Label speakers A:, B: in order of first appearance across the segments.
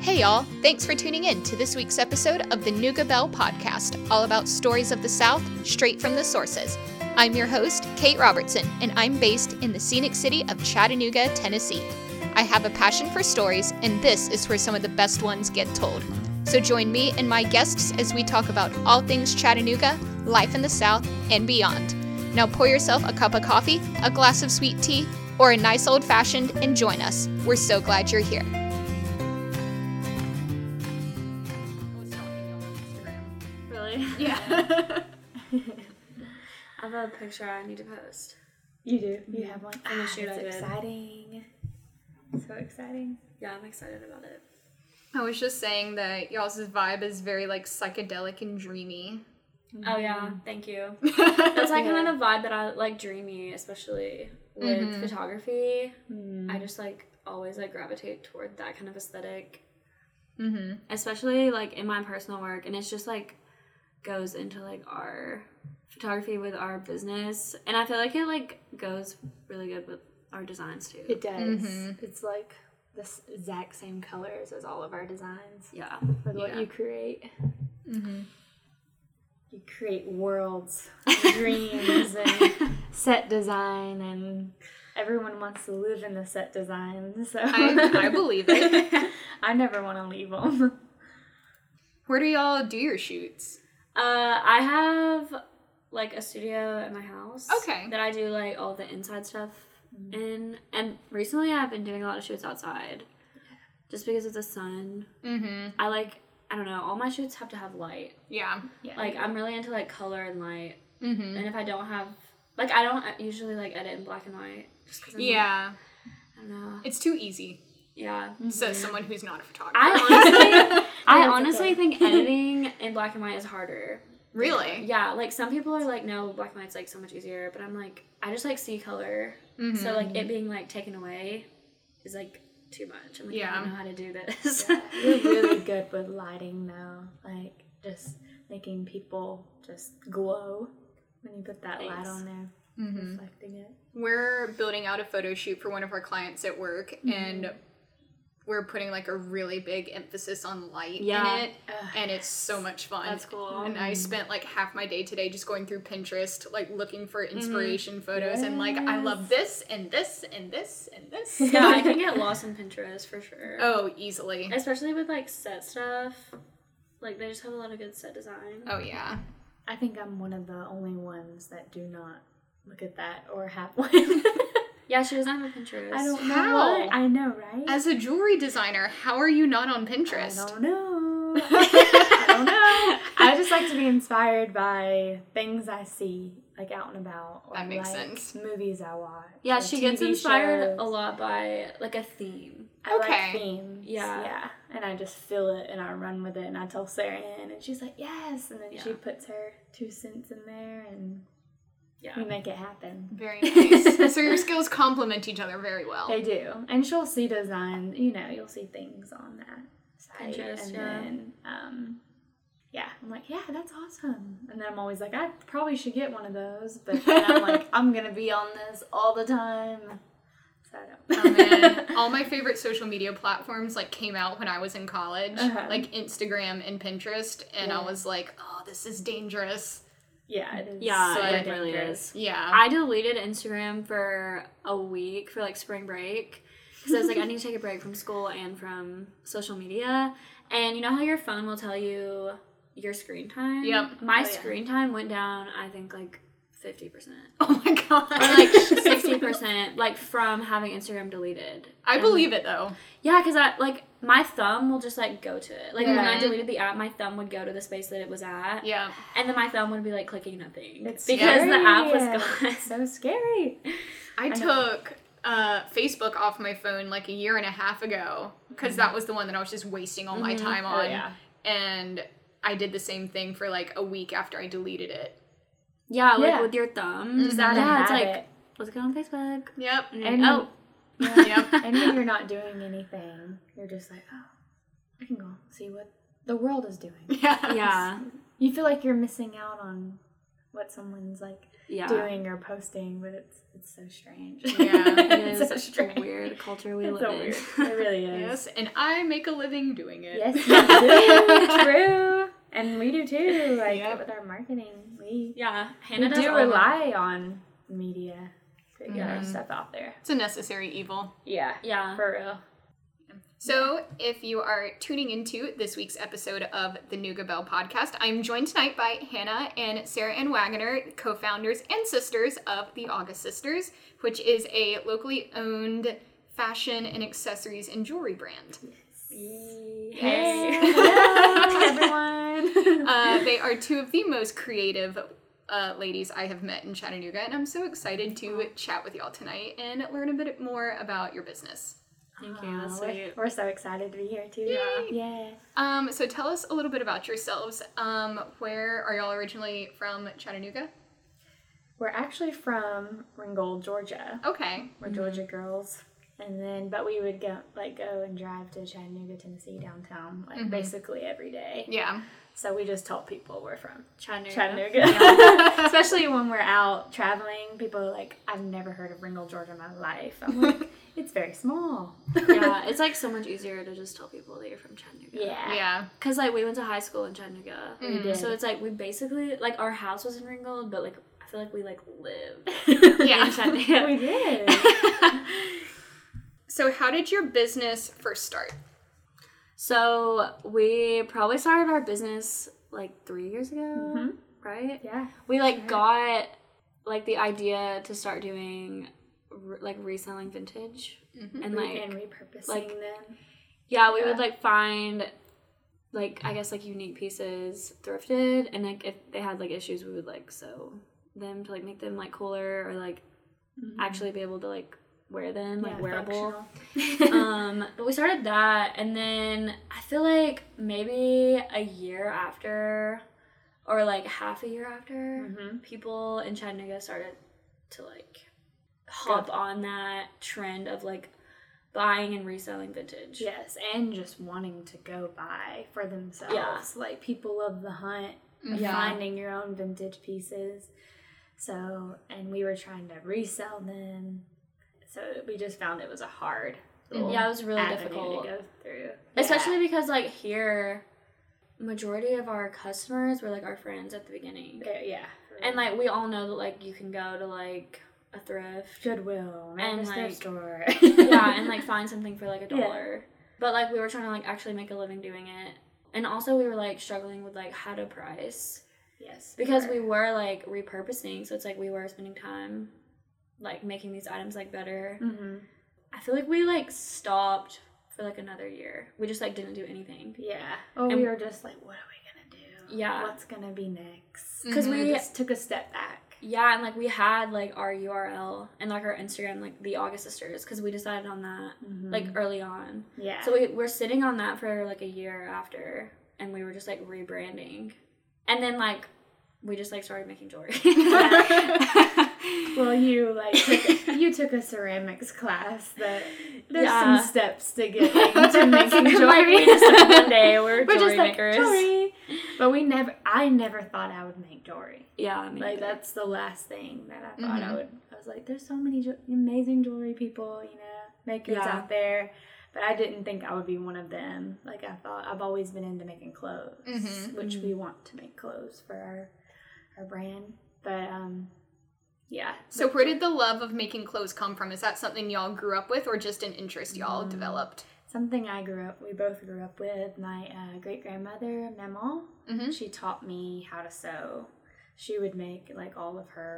A: Hey, y'all. Thanks for tuning in to this week's episode of the Nuga Bell podcast, all about stories of the South straight from the sources. I'm your host, Kate Robertson, and I'm based in the scenic city of Chattanooga, Tennessee. I have a passion for stories, and this is where some of the best ones get told. So join me and my guests as we talk about all things Chattanooga, life in the South, and beyond. Now pour yourself a cup of coffee, a glass of sweet tea, or a nice old fashioned and join us. We're so glad you're here.
B: Really?
C: Yeah. I have a picture I need to post.
B: You do. You have one.
C: From the shoot I did.
B: it's exciting. So exciting.
C: Yeah, I'm excited about it.
D: I was just saying that y'all's vibe is very like psychedelic and dreamy.
C: Oh yeah, thank you. That's like kind of the vibe that I like dreamy, especially with
D: Mm-hmm.
C: photography.
B: Mm-hmm.
C: I just like always like gravitate toward that kind of esthetic
D: Mm-hmm.
C: especially like in my personal work and it's just like goes into like our photography with our business and i feel like it like goes really good with our designs too
B: It does.
D: Mhm.
B: It's like the s- exact same colors as all of our designs.
C: yeah
B: With what
D: Yeah.
B: you create,
D: Mm-hmm.
B: you create worlds, dreams, and set design, and everyone wants to live in the set design. So
D: I, I believe it.
B: I never want to leave them.
D: Where do y'all do your shoots?
C: Uh, I have like a studio at my house.
D: Okay. Mm-hmm.
C: That I do like all the inside stuff in, and recently I've been doing a lot of shoots outside, just because of the sun.
D: Mm-hmm.
C: I like I don't know. All my shoots have to have light.
D: Yeah.
B: Yeah.
C: Like I'm really into like color and light,
D: Mm-hmm.
C: and if I don't have like I don't uh, usually like edit in black and white. Just
D: Mm-hmm.
C: cause I'm like,
D: Yeah. Mm-hmm.
C: I don't know.
D: It's too easy.
C: Yeah.
D: Says someone who's not a photographer.
C: I honestly, I
B: that's
C: honestly
B: okay.
C: think editing in black and white is harder.
D: really.
C: Yeah, like some people are like, no, black and white's like so much easier, but I'm like, I just like see color.
D: Mhm.
C: So like it being like taken away is like too much. I'm like,
D: Yeah.
C: I don't know how to do this.
B: You're really good with lighting though, like just making people just glow when you put that light
C: Thanks.
B: on there,
D: Mm-hmm.
B: reflecting it.
D: We're building out a photo shoot for one of our clients at work, and we're putting like a really big emphasis on light
C: Yeah.
D: in it,
B: Ugh.
D: and it's so much fun.
C: That's cool.
D: And I spent like half my day today just going through Pinterest, like looking for inspiration photos, and like I love this and this and this and this.
C: yeah, I can get lost in Pinterest for sure.
D: oh, easily.
C: Especially with like set stuff. Like they just have a lot of good set design.
D: Oh yeah.
B: I think I'm one of the only ones that do not look at that or have one. I
C: Yeah, she doesn't have a Pinterest.
B: don't know
D: How?
B: why. I know, right?
D: As a jewelry designer, how are you not on
B: I
D: Pinterest?
B: don't know. I don't know. I just like to be inspired by things I see, like out and about. Or
D: That makes
B: like
D: sense.
B: Movies I watch.
C: Yeah,
B: or
C: she gets
B: TV
C: inspired
B: shows.
C: a lot by like a theme.
B: I
D: Okay.
B: like themes.
C: Yeah.
B: Yeah. And I just feel it and I run with it and I tell Sarah Ann and she's like, yes. And then she
C: Yeah.
B: puts her two cents in there and
C: Yeah.
B: we make it happen.
D: Very nice. so your skills complement each other very well.
B: They do. And she'll see design, you know, you'll see things on that site.
C: Pinterest,
B: and
C: yeah.
B: then, um, yeah, I'm like, yeah, that's awesome. And then I'm always like, I probably should get one of those. But then I'm like, I'm going to be on this all the time. So I
D: Oh,
B: don't.
D: man. All my favorite social media platforms like came out when I was in college,
B: Uh-huh.
D: like Instagram and Pinterest, and
B: Yeah.
D: I was like, "Oh, this is dangerous."
B: yeah, it is.
C: Yeah,
B: so
C: it really
B: dangerous.
C: is.
D: Yeah.
C: I deleted Instagram for a week for like spring break because I was like, I need to take a break from school and from social media. And you know how your phone will tell you your screen time?
D: Yep.
C: My
B: Oh, yeah.
C: screen time went down, I think, like 50%.
D: oh my god.
C: Or like 60%, like from having Instagram deleted.
D: I believe it though.
C: Yeah, because I like my thumb will just like go to it. Like when I
D: Mhm.
C: deleted the app, my thumb would go to the space that it was at,
D: Yeah.
C: and then my thumb would be like clicking nothing
B: It's
C: because the app was
B: scary.
C: gone.
B: so scary.
D: I took uh, Facebook off my phone like a year and a half ago because that was the one that I was just wasting all my time
C: Oh,
D: on. And I did the same thing for like a week after I deleted it.
C: Yeah, like
B: Yeah. Mm-hmm.
C: with your thumb. Just
B: Not
C: that
B: a
C: yeah, it's like,
B: habit.
C: let's go on Facebook.
D: Yep.
C: And,
B: And-
C: oh,
D: Yep.
B: and when you're not doing anything, you're just like, oh, I can go see what the world is doing.
D: Yeah.
C: yeah,
B: You feel like you're missing out on what someone's like
C: yeah.
B: doing or posting, but it's it's so strange.
D: Yeah.
C: It is
B: it's so strange.
C: weird culture we
B: It's
C: live
B: so
C: in.
B: weird. It really is.
D: Yes, and I make a living doing it.
B: Yes, you do. True. And we do too. Like
D: Yep.
B: with our marketing, we,
C: yeah, Hannah
B: we
C: does
B: do
C: all of it.
B: rely on media to get our
D: Mhm.
B: stuff out there.
D: It's a necessary evil.
B: Yeah.
C: Yeah.
B: For real.
D: So, if you are tuning into this week's episode of the Nuga Bell podcast, I'm joined tonight by Hannah and Sarah Ann Wagoner, co founders and sisters of the August Sisters, which is a locally owned fashion and accessories and jewelry brand.
B: Hey. Hello, everyone.
D: Uh, they are two of the most creative uh, ladies I have met in Chattanooga, and I'm so excited to chat with y'all tonight and learn a bit more about your business.
C: Thank you. That's
B: Aw, we're-
C: sweet.
B: We're, so excited to be here too.
D: Yeah.
B: Yeah.
D: Um, so tell us a little bit about yourselves. Um, where are y'all originally from? Chattanooga.
B: We're actually from Ringgold, Georgia.
D: Okay.
B: We're Georgia
C: Mm-hmm.
B: girls. And then, but we would go like go and drive to Chattanooga, Tennessee, downtown, like
C: Mm-hmm.
B: basically every day.
D: Yeah.
B: So we just tell people we're from
C: Chattanooga.
B: Chattanooga. Especially when we're out traveling, people are like, I've never heard of Ringgold, Georgia in my life. I'm like, it's very small.
C: yeah, it's like so much easier to just tell people that you're from Chattanooga.
B: Yeah.
D: Yeah.
C: Cause like we went to high school in Chattanooga,
B: We did.
C: so it's like we basically like our house was in Ringgold, but like I feel like we like lived in
D: Yeah.
C: Chattanooga.
B: we did.
D: so how did your business first start?
C: So we probably started our business like three years ago,
B: Mm-hmm.
C: right?
B: Yeah.
C: We like got like the idea to start doing re- like reselling vintage
B: Mm-hmm.
C: and like
B: and repurposing
C: like-
B: them.
C: yeah, we would like find like I guess like unique pieces thrifted, and like if they had like issues, we would like sew them to like make them like cooler or like actually be able to like wear them like
B: Mm-hmm. Yeah,
C: wearable.
B: functional.
C: um, but we started that, and then I feel like maybe a year after, or like half a year after,
B: Mm-hmm.
C: Mm-hmm. people in Chattanooga started to like hop on that trend of like buying and reselling vintage.
B: Yes, and just wanting to go buy for themselves. Like people love the hunt of
C: Yeah.
B: finding your own vintage pieces. So, and we were trying to resell them. So we just found it was a hard little
C: Yeah, it was really
B: avenue
C: difficult.
B: to go through.
C: Especially because like here majority of our customers were like our friends at the beginning.
B: yeah. yeah.
C: And like we all know that like you can go to like a thrift
B: Goodwill,
C: and,
B: and
C: like-
B: thrift store.
C: yeah, and like find something for like a
B: Yeah.
C: dollar. But like we were trying to like actually make a living doing it. And also we were like struggling with like how to price
B: yes,
C: because we were like repurposing, so it's like we were spending time like making these items like better.
B: hmm
C: I feel like we like stopped for like another year. We just like didn't do anything.
B: Yeah. Oh,
C: And-
B: we were just like, what are we gonna do?
C: Yeah. Mm-hmm.
B: What's gonna be next?
C: Cuz
B: We
C: we
B: just took a step back.
C: yeah, and like we had like our URL and like our Instagram like the August sisters cuz we decided on that like early on.
B: Mm. Yeah.
C: So we were sitting on that for like a year after, and we were just like rebranding, and then like we just like started making jewelry.
B: Well, you like took you took a ceramics class that there's
C: Yeah.
B: some steps to get into making
C: Like,
B: jewelry.
C: we just like one day we're,
B: We're
C: jewelry
B: just like
C: makers.
B: jewelry, but we never. I never thought I would make jewelry.
C: Yeah, me Mm-hmm.
B: Like
C: neither.
B: that's the last thing that I thought I would. I was like, there's so many jew- amazing jewelry people, you know, makers
C: Yeah.
B: out there, but I didn't think I would be one of them. Like I thought, I've always been into making clothes,
C: Mm-hmm.
B: which we want to make clothes for our our brand, but um, yeah.
D: So where did the love of making clothes come from? Is that something y'all grew up with or just an interest y'all developed?
B: something I grew up, we both grew up with. My uh, great grandmother, Memo,
C: Mm-hmm.
B: she taught me how to sew. She would make like all of her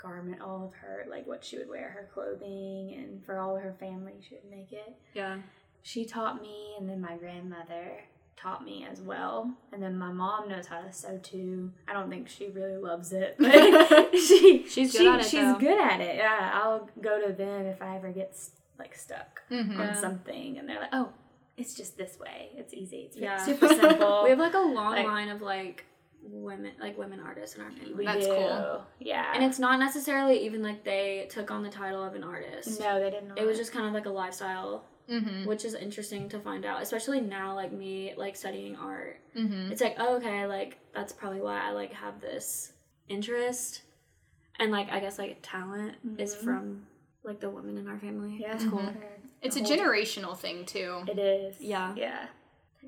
B: garment, all of her, like what she would wear, her clothing, and for all of her family, she would make it.
C: yeah,
B: She taught me, and then my grandmother taught me as well. And then my mom knows how to sew too. I don't think she really loves it, but she,
C: She's good
B: she-
C: at it,
B: She's
C: though.
B: good at it. Yeah, I'll go to them if I ever get like stuck
D: Mhm.
B: on
C: Yeah.
B: something, and they're like, "Oh, it's just this way. It's easy. It's
C: Yeah.
B: super simple."
C: we have like a long
B: Like-
C: line of like women, like women artists in our family,
B: We
D: That's
B: do.
D: cool.
B: Yeah,
C: and it's not necessarily even like they took on the title of an artist.
B: no, Mm. they didn't.
C: It was just kind of like a lifestyle,
D: Mm-hmm.
C: which is interesting to find out, especially now, like me, like studying art.
B: Mm.
D: Mm-hmm.
C: it's like oh, okay like that's probably why i like have this interest and like i guess like talent is from like the women in our family.
B: Mm-hmm. Yeah,
C: it's cool.
D: It's a
B: whole-
D: generational thing too.
B: It is.
C: Yeah.
B: Yeah.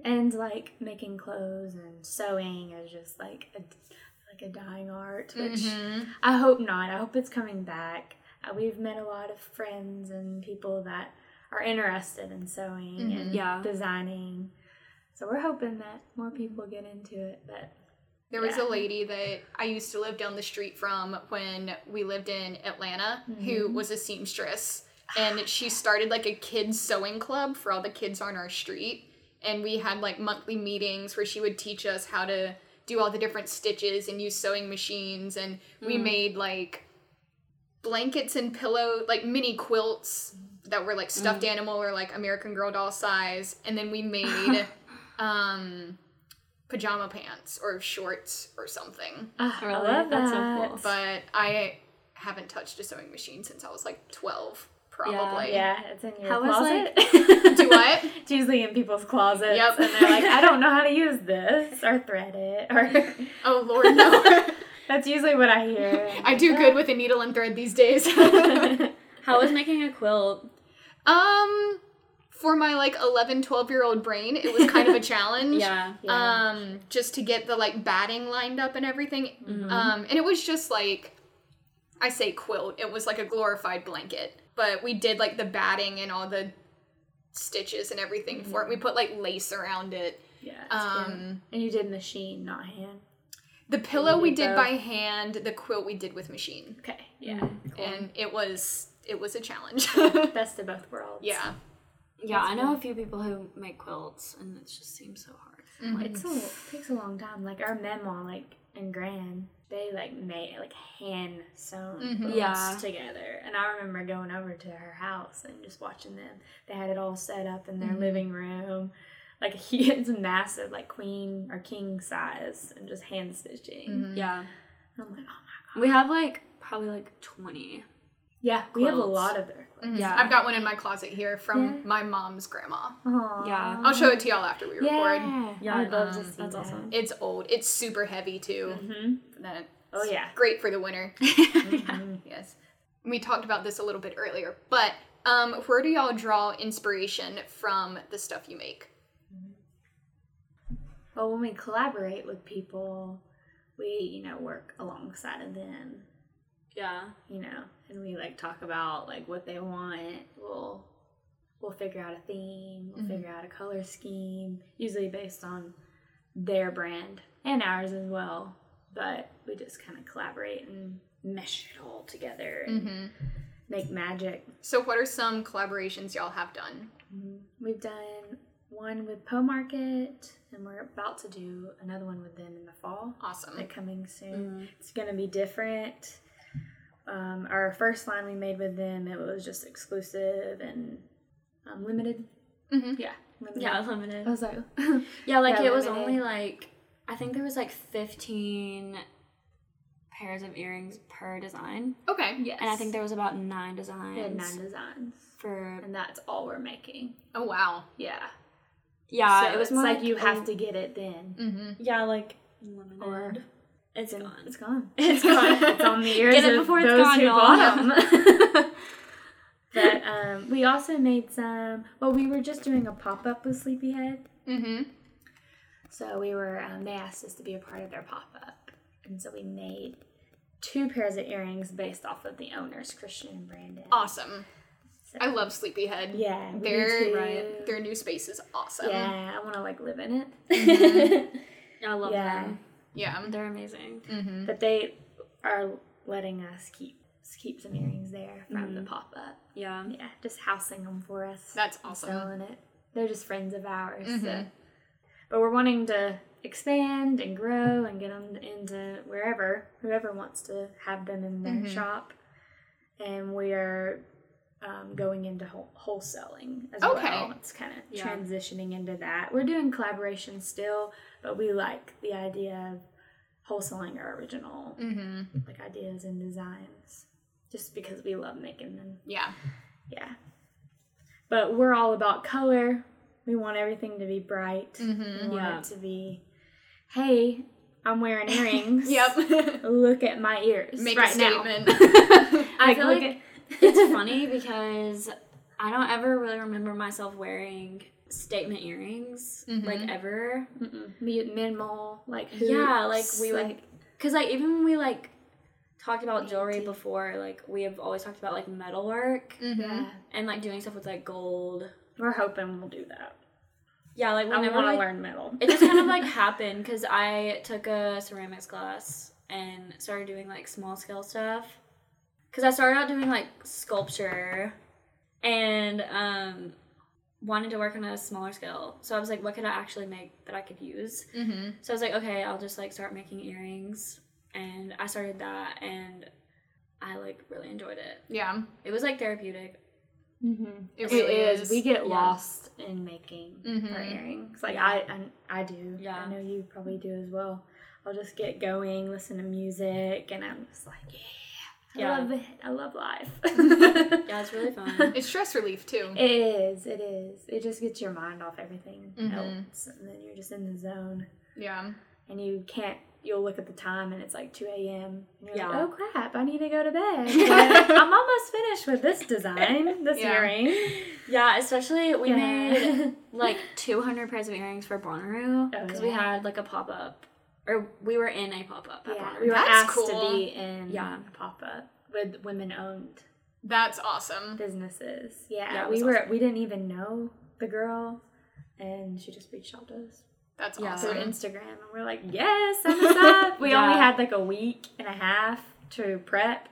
B: And like making clothes and sewing is just like a like a dying art, which
C: Mm-hmm.
D: Mhm.
B: I hope not. I hope it's coming back. Uh, we've met a lot of friends and people that are interested in sewing and
C: Mm-hmm. Yeah.
B: designing. So we're hoping that more people get into it. But
D: There was
B: Yeah.
D: a lady that I used to live down the street from when we lived in Atlanta who was a seamstress. And she started like a kids sewing club for all the kids on our street. And we had like monthly meetings where she would teach us how to do all the different stitches and use sewing machines. And we made like blankets and pillow like mini quilts that were like stuffed animal or like American Girl doll size, and then we made um pajama pants or shorts or something.
B: Ah,
C: Really? That's so cool.
D: But I haven't touched a sewing machine since I was like twelve, probably.
B: Yeah, it's in your
C: How was,
B: closet.
C: like-
D: Do what?
B: It's usually in people's closets.
D: Yep.
B: And they're like, I don't know how to use this or thread it. Or
D: Oh Lord, no.
B: that's usually what I hear.
D: I do good with a needle and thread these days.
C: How was making a quilt?
D: um, for my like 11, 12 year old brain, it was kind of a challenge.
C: Yeah.
B: Yeah.
D: um just to get the like batting lined up and everything
B: Mm-hmm.
D: um and it was just like i say quilt it was like a glorified blanket but we did like the batting and all the stitches and everything for
B: Mm-hmm.
D: it we put like lace around it
B: yeah. it's cute.
D: um
B: and you did machine, not hand.
D: the pillow we
B: did
D: did
B: both.
D: by hand the quilt we did with machine
B: Okay. Yeah.
D: and it was it was a challenge
B: Best of both worlds.
D: yeah
C: Yeah, I know a few people who make quilts, and it just seems so hard.
B: It's a, it takes a long time. Like our memo, like and Gran, they like made like hand sewn quilts
C: Yeah.
B: together. And I remember going over to her house and just watching them. They had it all set up in their living room. Like a huge, it's massive, like queen or king size, and just hand stitching.
C: Yeah,
B: And I'm like, oh my.
C: we have like probably like twenty.
B: Yeah, we have a
C: Quilts.
B: lot of their quilts.
C: Yeah.
D: i've got one in my closet here from my mom's grandma
B: Aw.
C: Yeah.
D: i'll show it to y'all after we record
B: Yeah.
C: Mm. Yeah,
B: I'd love to
C: um,
B: see
C: that's
B: that.
C: awesome.
D: It's old. It's super heavy too. Mm-hmm.
B: Oh, yeah.
D: great for the winter. Yes, we talked about this a little bit earlier, but um, where do y'all draw inspiration from the stuff you make?
B: But when we collaborate with people, we, you know, work alongside of them,
C: Yeah,
B: you know, and we like talk about like what they want. We'll we'll figure out a theme, we'll figure out a color scheme, usually based on their brand and ours as well. But we just kind of collaborate and mesh it all together and make magic.
D: So, what are some collaborations y'all have done?
B: We've done one with Poe Market, and we're about to do another one with them in the fall.
D: Awesome.
B: like coming soon.
C: Mm.
B: It's gonna be different. Um, our first line we made with them, it was just exclusive and um, limited.
D: Mhm.
B: Yeah, limited.
C: yeah, limited.
B: I was like,
C: Yeah, like
B: Yeah,
C: it was
B: lemonade.
C: only like I think there was like fifteen pairs of earrings per design,
D: okay.
B: yes.
C: and I think there was about nine designs
B: we had nine designs,
C: for.
B: and that's all we're making.
D: Oh wow.
B: Yeah,
C: Yeah,
B: So
C: Uh, it was
B: it's
C: more
B: like, you have
C: a-
B: to get it then,
D: Mm-hmm.
C: Yeah, like limited.
B: or
C: it's
B: it's,
C: gone.
B: it's gone. It's gone. it's on the ears
C: Get it
B: of
C: before it's
B: those
C: gone,
B: who
C: y'all.
B: bought 'em. but um, we also made some. Well, we were just doing a pop up with Sleepyhead.
D: Mm-hmm.
B: So we were, um, they asked us to be a part of their pop up. And so we made two pairs of earrings based off of the owners, Christian and Brandon.
D: Awesome.
B: So-
D: I love Sleepyhead.
B: Yeah. we
D: Their
B: too.
C: right.
D: their new space is awesome.
B: Yeah, I want to like live in it.
C: I love
B: Yeah. Mm.
C: them.
D: Yeah.
C: They're amazing.
D: Mm-hmm.
B: but they are letting us keep keep some earrings there from the pop up.
C: Yeah.
B: Yeah, just housing them for us.
D: That's
B: and
D: awesome.
B: Selling it. They're just friends of ours. So.
D: Mhm.
B: But we're wanting to expand and grow and get them into wherever, whoever wants to have them in their
D: Mm-hmm.
B: shop. And we are um, going into whole- wholesaling as
D: Okay.
B: well. It's kind of
C: Yeah.
B: transitioning into that. We're doing collaboration still, but we like the idea of wholesaling our original
D: Mm-hmm.
B: like ideas and designs just because we love making them.
D: Yeah.
B: Yeah. But we're all about color. We want everything to be bright.
D: Mm-hmm.
B: We want
C: Yeah.
B: it to be, hey, I'm wearing earrings.
D: Yep.
B: Look at my ears
D: Make
B: right
D: a
B: now.
D: statement.
B: I
C: feel
B: look
C: like-
B: at-
C: it's funny because I don't ever really remember myself wearing statement earrings like ever.
B: Mute minimal, like
C: yeah, like
B: hoops,
C: we would, because like even when we like talked about jewelry before, like we have always talked about like metal work
D: Mm. Mm-hmm.
B: yeah.
C: and like doing stuff with like gold.
B: We're hoping we'll do that.
C: Yeah, like
B: I
C: whenever
B: want to
C: like,
B: learn metal.
C: it just kind of like happened because I took a ceramics class and started doing like small scale stuff. Because I started out doing like sculpture and um, wanted to work on a smaller scale. So I was like, what could I actually make that I could use?
D: Mm-hmm.
C: So I was like, okay, I'll just like start making earrings. And I started that and I like really enjoyed it.
D: Yeah.
C: It was like therapeutic.
B: Mm-hmm.
D: It really is.
B: We get
C: Yeah.
B: lost in making
D: Mhm.
B: our earrings. Like
C: Yeah.
B: I, and I do.
C: Yeah.
B: I know you probably do as well. I'll just get going, listen to music, and I'm just like, yeah,
C: Yeah. Mm-hmm.
B: I love it. I love life. it
C: Yeah, it's really fun.
D: It's stress relief too.
B: is. It is. It just gets your mind off everything
D: Mhm.
C: Mm-hmm.
B: else, and then you're just in the zone,
D: yeah.
B: and you can't. You'll look at the time, and it's like two a.m. And you're
C: Yeah.
B: like, oh crap, I need to go to bed. But I'm almost finished with this design, this
D: Yeah.
B: earring.
C: yeah, especially we
B: Yeah.
C: made like 200 pairs of earrings for Bonnaroo
B: Oh,
C: because
B: yeah.
C: we had like a pop up, or we were in a pop up at
B: Yeah,
C: Bonnaroo.
B: we were
D: That's
B: asked
D: cool.
B: to be in
C: Yeah.
B: pop up with women owned
D: That's awesome.
B: businesses. Yeah,
C: Yeah, it
B: we
C: was
B: were
C: awesome.
B: we didn't even know the girl, and she just reached out to us
D: That's
C: Yeah.
B: through
D: awesome.
B: Instagram, and we're like, yes, sign us up. We only
C: Yeah.
B: had like a week and a half to prep,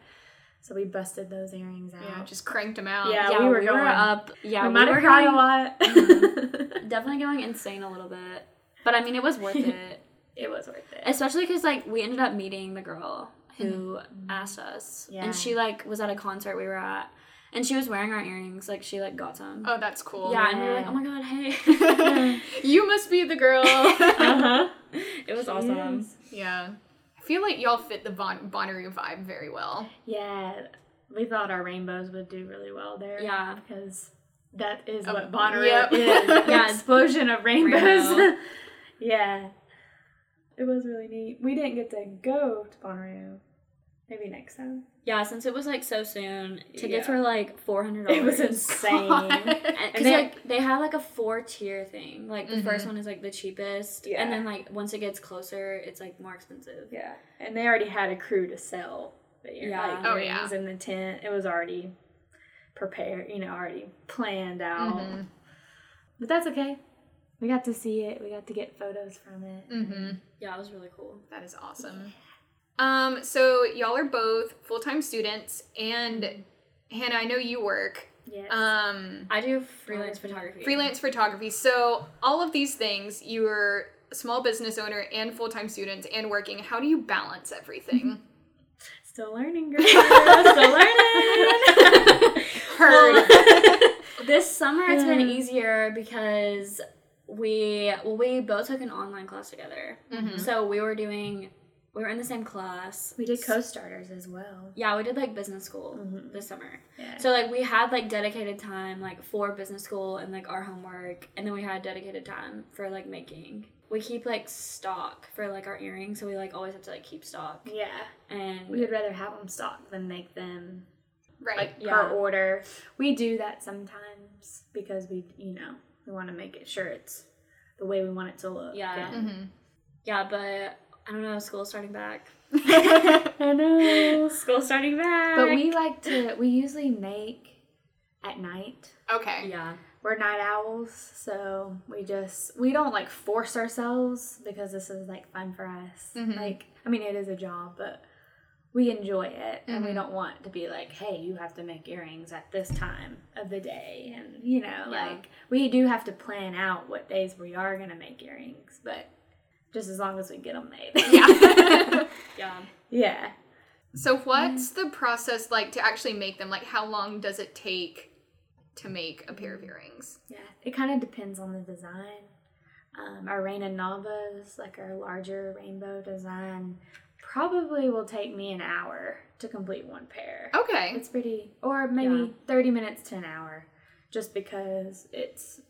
B: so we busted those earrings out.
D: Yeah, just cranked them out.
B: Yeah.
C: yeah,
B: we
C: we
B: were
C: were,
B: going.
C: up. Yeah,
B: we Mm-hmm. might
C: were
B: have cried
C: going-
B: a lot.
C: Definitely going insane a little bit, but I mean it was worth it,
B: it was worth it.
C: especially because like we ended up meeting the girl who asked us,
B: Mm-hmm. Yeah.
C: and she like was at a concert we were at, and she was wearing our earrings. Like she like got some.
D: Oh, that's cool.
C: yeah, and we were like,
B: yeah.
C: oh my god, hey,
D: you must be the girl.
B: Uh huh.
C: it was awesome.
D: yeah. I feel like y'all fit the bon- Bonnaroo vibe very well.
B: Yeah, we thought our rainbows would do really well there.
C: Yeah.
B: because that is
D: Um,
B: what Bonnaroo
D: yep.
B: is.
C: Yeah.
B: yeah, explosion of rainbows.
C: Rainbow.
B: yeah, it was really neat. We didn't get to go to Bonnaroo. Maybe next time.
C: Yeah, since it was like so soon, tickets
B: Yeah.
C: were like four hundred dollars.
B: It was insane.
C: Because
B: they- Mm-hmm.
C: like they have like a four tier thing. Like the first one is like the cheapest,
B: Yeah.
C: and then like once it gets closer, it's like more expensive.
B: Yeah, and they already had a crew to sell the ear-
C: Yeah.
B: like,
D: Oh,
B: earrings
D: yeah.
B: in the tent. It was already prepared, you know, already planned out.
D: Mhm.
B: But that's okay. We got to see it. We got to get photos from it.
D: Mm-hmm.
C: Yeah, it was really cool.
D: That is awesome. Um, so y'all are both full time students, and Hannah, I know you work
B: Yes.
D: um,
C: I do freelance photography.
D: freelance photography. So all of these things, you're a small business owner and full time students and working. How do you balance everything?
B: Still learning, girl. Still learning.
D: Heard.
C: This summer it's been
B: Yeah.
C: easier because we well we both took an online class together,
B: Mm-hmm.
C: so we were doing we were in the same class.
B: we did co-starters as well.
C: Yeah, we did like business school
B: Mhm.
C: this summer.
B: Yeah.
C: So like we had like dedicated time like for business school and like our homework, and then we had dedicated time for like making. We keep like stock for like our earrings, so we like always have to like keep stock.
B: yeah,
C: And
B: we would rather have them stocked than make them
D: right.
B: like
C: Yeah.
B: per order. We do that sometimes because we, you know, we want to make it sure it's the way we want it to look.
C: Yeah.
B: and-
D: hmm
C: yeah, but I don't know. School's starting back.
B: I know.
C: School's starting back.
B: But we like to. We usually make at night.
D: Okay.
C: yeah
B: we're night owls, so we just we don't like force ourselves because this is like fun for us.
D: Mhm.
B: Like I mean it is a job, but we enjoy it and we
D: Mhm.
B: don't want to be like, hey, you have to make earrings at this time of the day and you know,
C: Yeah.
B: like we do have to plan out what days we are gonna make earrings, but just as long as we get them made.
D: Yeah.
C: yeah.
B: yeah.
D: so what's the process like to actually make them? Like how long does it take to make a pair of earrings?
B: Yeah, it kind of depends on the design. Um, our Reina Novas, like our larger rainbow design, probably will take me an hour to complete one pair.
D: Okay.
B: It's pretty, or maybe 30 minutes to an hour, just because it's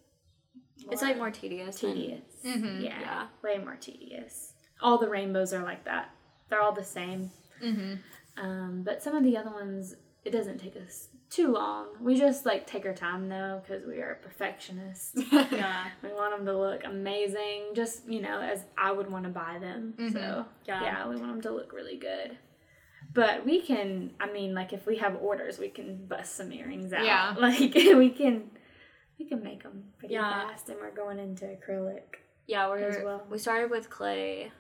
C: It's like more tedious. than-
B: tedious.
D: Mhm.
B: Yeah,
C: Yeah.
B: way more tedious. All the rainbows are like that, they're all the same.
D: Mm-hmm.
B: Um, but some of the other ones, it doesn't take us too long. We just like take our time though because we are perfectionists.
C: Yeah.
B: we want them to look amazing, just you know, as I would want to buy them. So
C: Yeah.
B: yeah. we want them to look really good. But we can, I mean, like if we have orders, we can bust some earrings out.
D: Yeah.
B: like we can, we can make them pretty
C: Yeah.
B: fast, and we're going into acrylic.
C: Yeah, we're
B: As well.
C: we started with clay,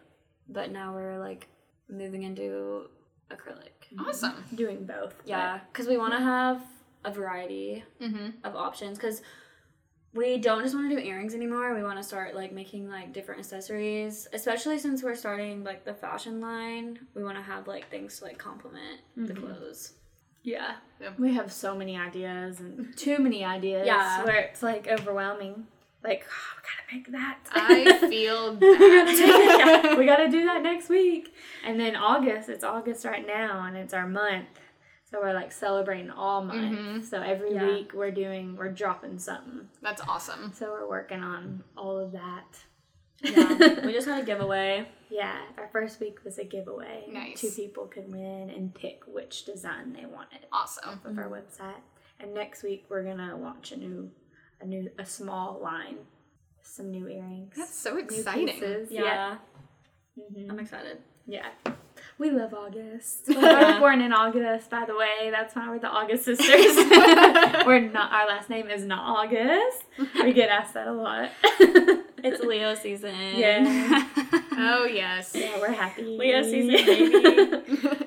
C: but now we're like moving into acrylic.
D: Awesome.
B: Doing both. but
C: Yeah, because we want to have a variety
D: Mm-hmm.
C: of options because we don't just want to do earrings anymore. We want to start like making like different accessories, especially since we're starting like the fashion line. We want to have like things to like complement the clothes.
B: Yeah.
D: Yep.
B: We have so many ideas and too many ideas.
C: Yeah.
B: Where it's like overwhelming. Like, oh, we gotta make that.
D: I feel
B: we, gotta do
D: that.
B: that. we gotta do that next week. And then August, it's August right now and it's our month. So we're like celebrating all month.
D: Mhm.
B: So every
C: Yeah.
B: week we're doing, we're dropping something.
D: That's awesome.
B: So we're working on all of that.
C: Yeah, we just had a giveaway.
B: Yeah, our first week was a giveaway.
D: Nice.
B: Two people could win and pick which design they wanted.
D: Awesome.
B: of our website. And next week we're gonna launch a new, a new, a small line, some new earrings,
D: That's so
B: new
D: exciting.
B: pieces.
C: Yeah,
B: Mhm.
C: I'm excited.
B: yeah. We love August. We were born in August, by the way. That's why we're the August sisters. we're not. Our last name is not August. We get asked that a lot.
C: It's Leo season.
B: Yeah.
D: Oh yes.
B: yeah, we're happy.
C: Leo season, baby.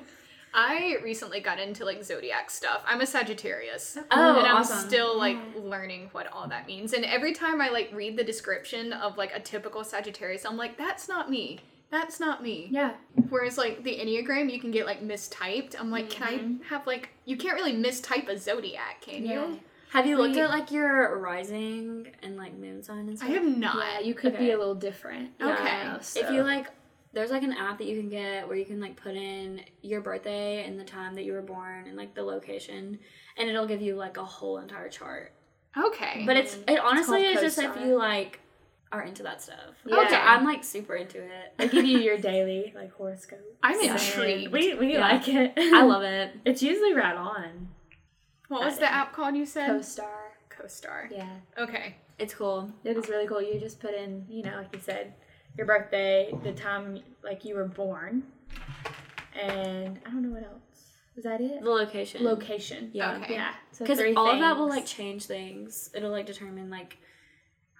D: I recently got into like zodiac stuff. I'm a Sagittarius.
C: Oh,
D: and I'm
C: awesome.
D: still like learning what all that means. And every time I like read the description of like a typical Sagittarius, I'm like, that's not me. That's not me.
B: yeah.
D: Whereas like the Enneagram, you can get like mistyped. I'm like, can I have like you can't really mistype a zodiac, can you?
C: Have you looked
B: We-
C: at like your rising and like moon sign and
D: I
C: stuff?
D: have not.
B: Yeah, you could be
C: Okay.
B: a little different.
D: Okay.
C: If you like, there's like an app that you can get where you can like put in your birthday and the time that you were born and like the location, and it'll give you like a whole entire chart.
D: Okay.
C: But it's it honestly
B: Mm-hmm. called
C: is just if
B: CoStar.
C: you like are into that stuff.
B: Yeah.
C: Okay, I'm like super into
B: I
C: it.
B: give you your daily like horoscope.
D: I'm
B: So,
D: intrigued.
B: We we
C: Yeah.
B: like it.
C: I love it.
B: It's usually right on.
D: what was the app called you said?
B: Co-star.
D: CoStar.
B: Yeah,
D: Okay.
C: It's cool.
B: it is really cool. You just put in, you know, like you said, your birthday, the time like you were born, and I don't know what else. Was that it?
C: The location.
B: Location.
C: Yeah.
D: Okay.
B: Yeah. So
C: Because
B: three
C: all of that will
B: things.
C: like change things. It'll like determine like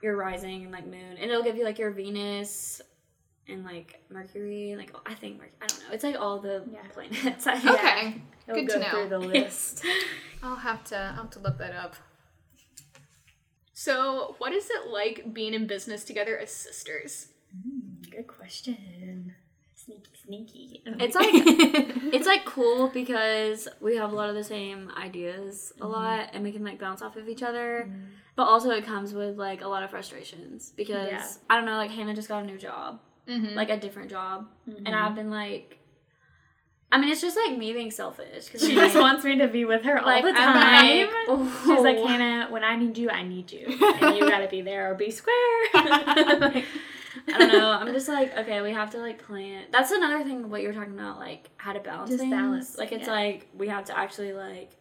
C: your rising and like moon, and it'll give you like your Venus and like Mercury. Like I think Mercury. I don't know. It's like all the
B: Yeah.
C: planets. I
D: Okay.
C: think.
B: It'll
D: Good
B: go
D: to know.
B: through the list.
D: I'll have to I'll have to look that up. So, what is it like being in business together as sisters?
B: Hmm, Good question. Sneaky, sneaky.
C: It's like it's like cool because we have a lot of the same ideas
B: Mm-hmm.
C: a lot, and we can like bounce off of each other. But also, it comes with like a lot of frustrations because
B: Yeah.
C: I don't know. Like Hannah just got a new job,
D: Mm-hmm.
C: like a different job, and
B: Mm-hmm.
C: I've been like. I mean, it's just like me being selfish because
B: Mm-hmm. she just wants me to be with her all
C: like
B: the time.
C: I'm like,
B: She's like,
C: "Oh."
B: Hannah, when I need you, I need you. And you gotta be there or be square. Like,
C: I don't know. I'm just like, okay, we have to like plan. That's another thing of what you were talking about, like how to balance
B: Just
C: things.
B: balance,
C: Like it's
B: yeah.
C: like we have to actually like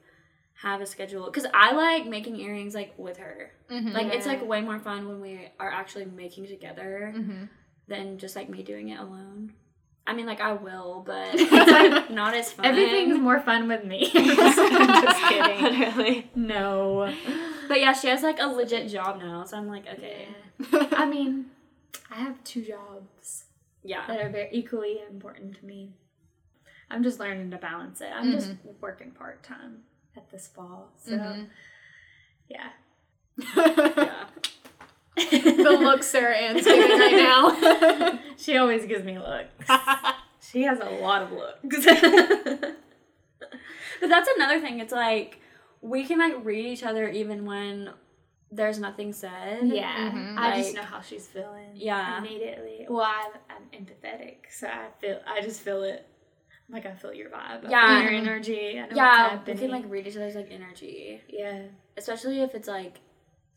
C: have a schedule because I like making earrings like with her. Like it's
B: Yeah. Mm-hmm.
C: like way more fun when we are actually making together
D: Mhm.
C: than just like me doing it alone. I mean, like I will, but it's like not as fun.
B: Everything's more fun with me. I'm just, I'm just kidding.
C: Literally.
B: No.
C: But yeah, she has like a legit job now, so I'm like, okay,
B: I mean, I have two jobs
C: yeah,
B: that are very equally important to me. I'm just learning to balance it. I'm just
D: Mm-hmm.
B: working part time at this fall. So, yeah.
C: yeah.
D: the look Sarah Ann's giving right now.
B: She always gives me looks. she has a lot of looks.
C: But that's another thing. It's like we can like read each other even when there's nothing said.
B: Yeah, I just
C: Like-
B: know how she's feeling.
C: Yeah.
B: immediately. Well, I'm, I'm empathetic, so I feel. I just feel it. I'm like I feel your vibe. I
C: Yeah.
B: feel your energy. I know what's
C: Yeah, we
B: happening.
C: can like read each other's like energy,
B: yeah,
C: especially if it's like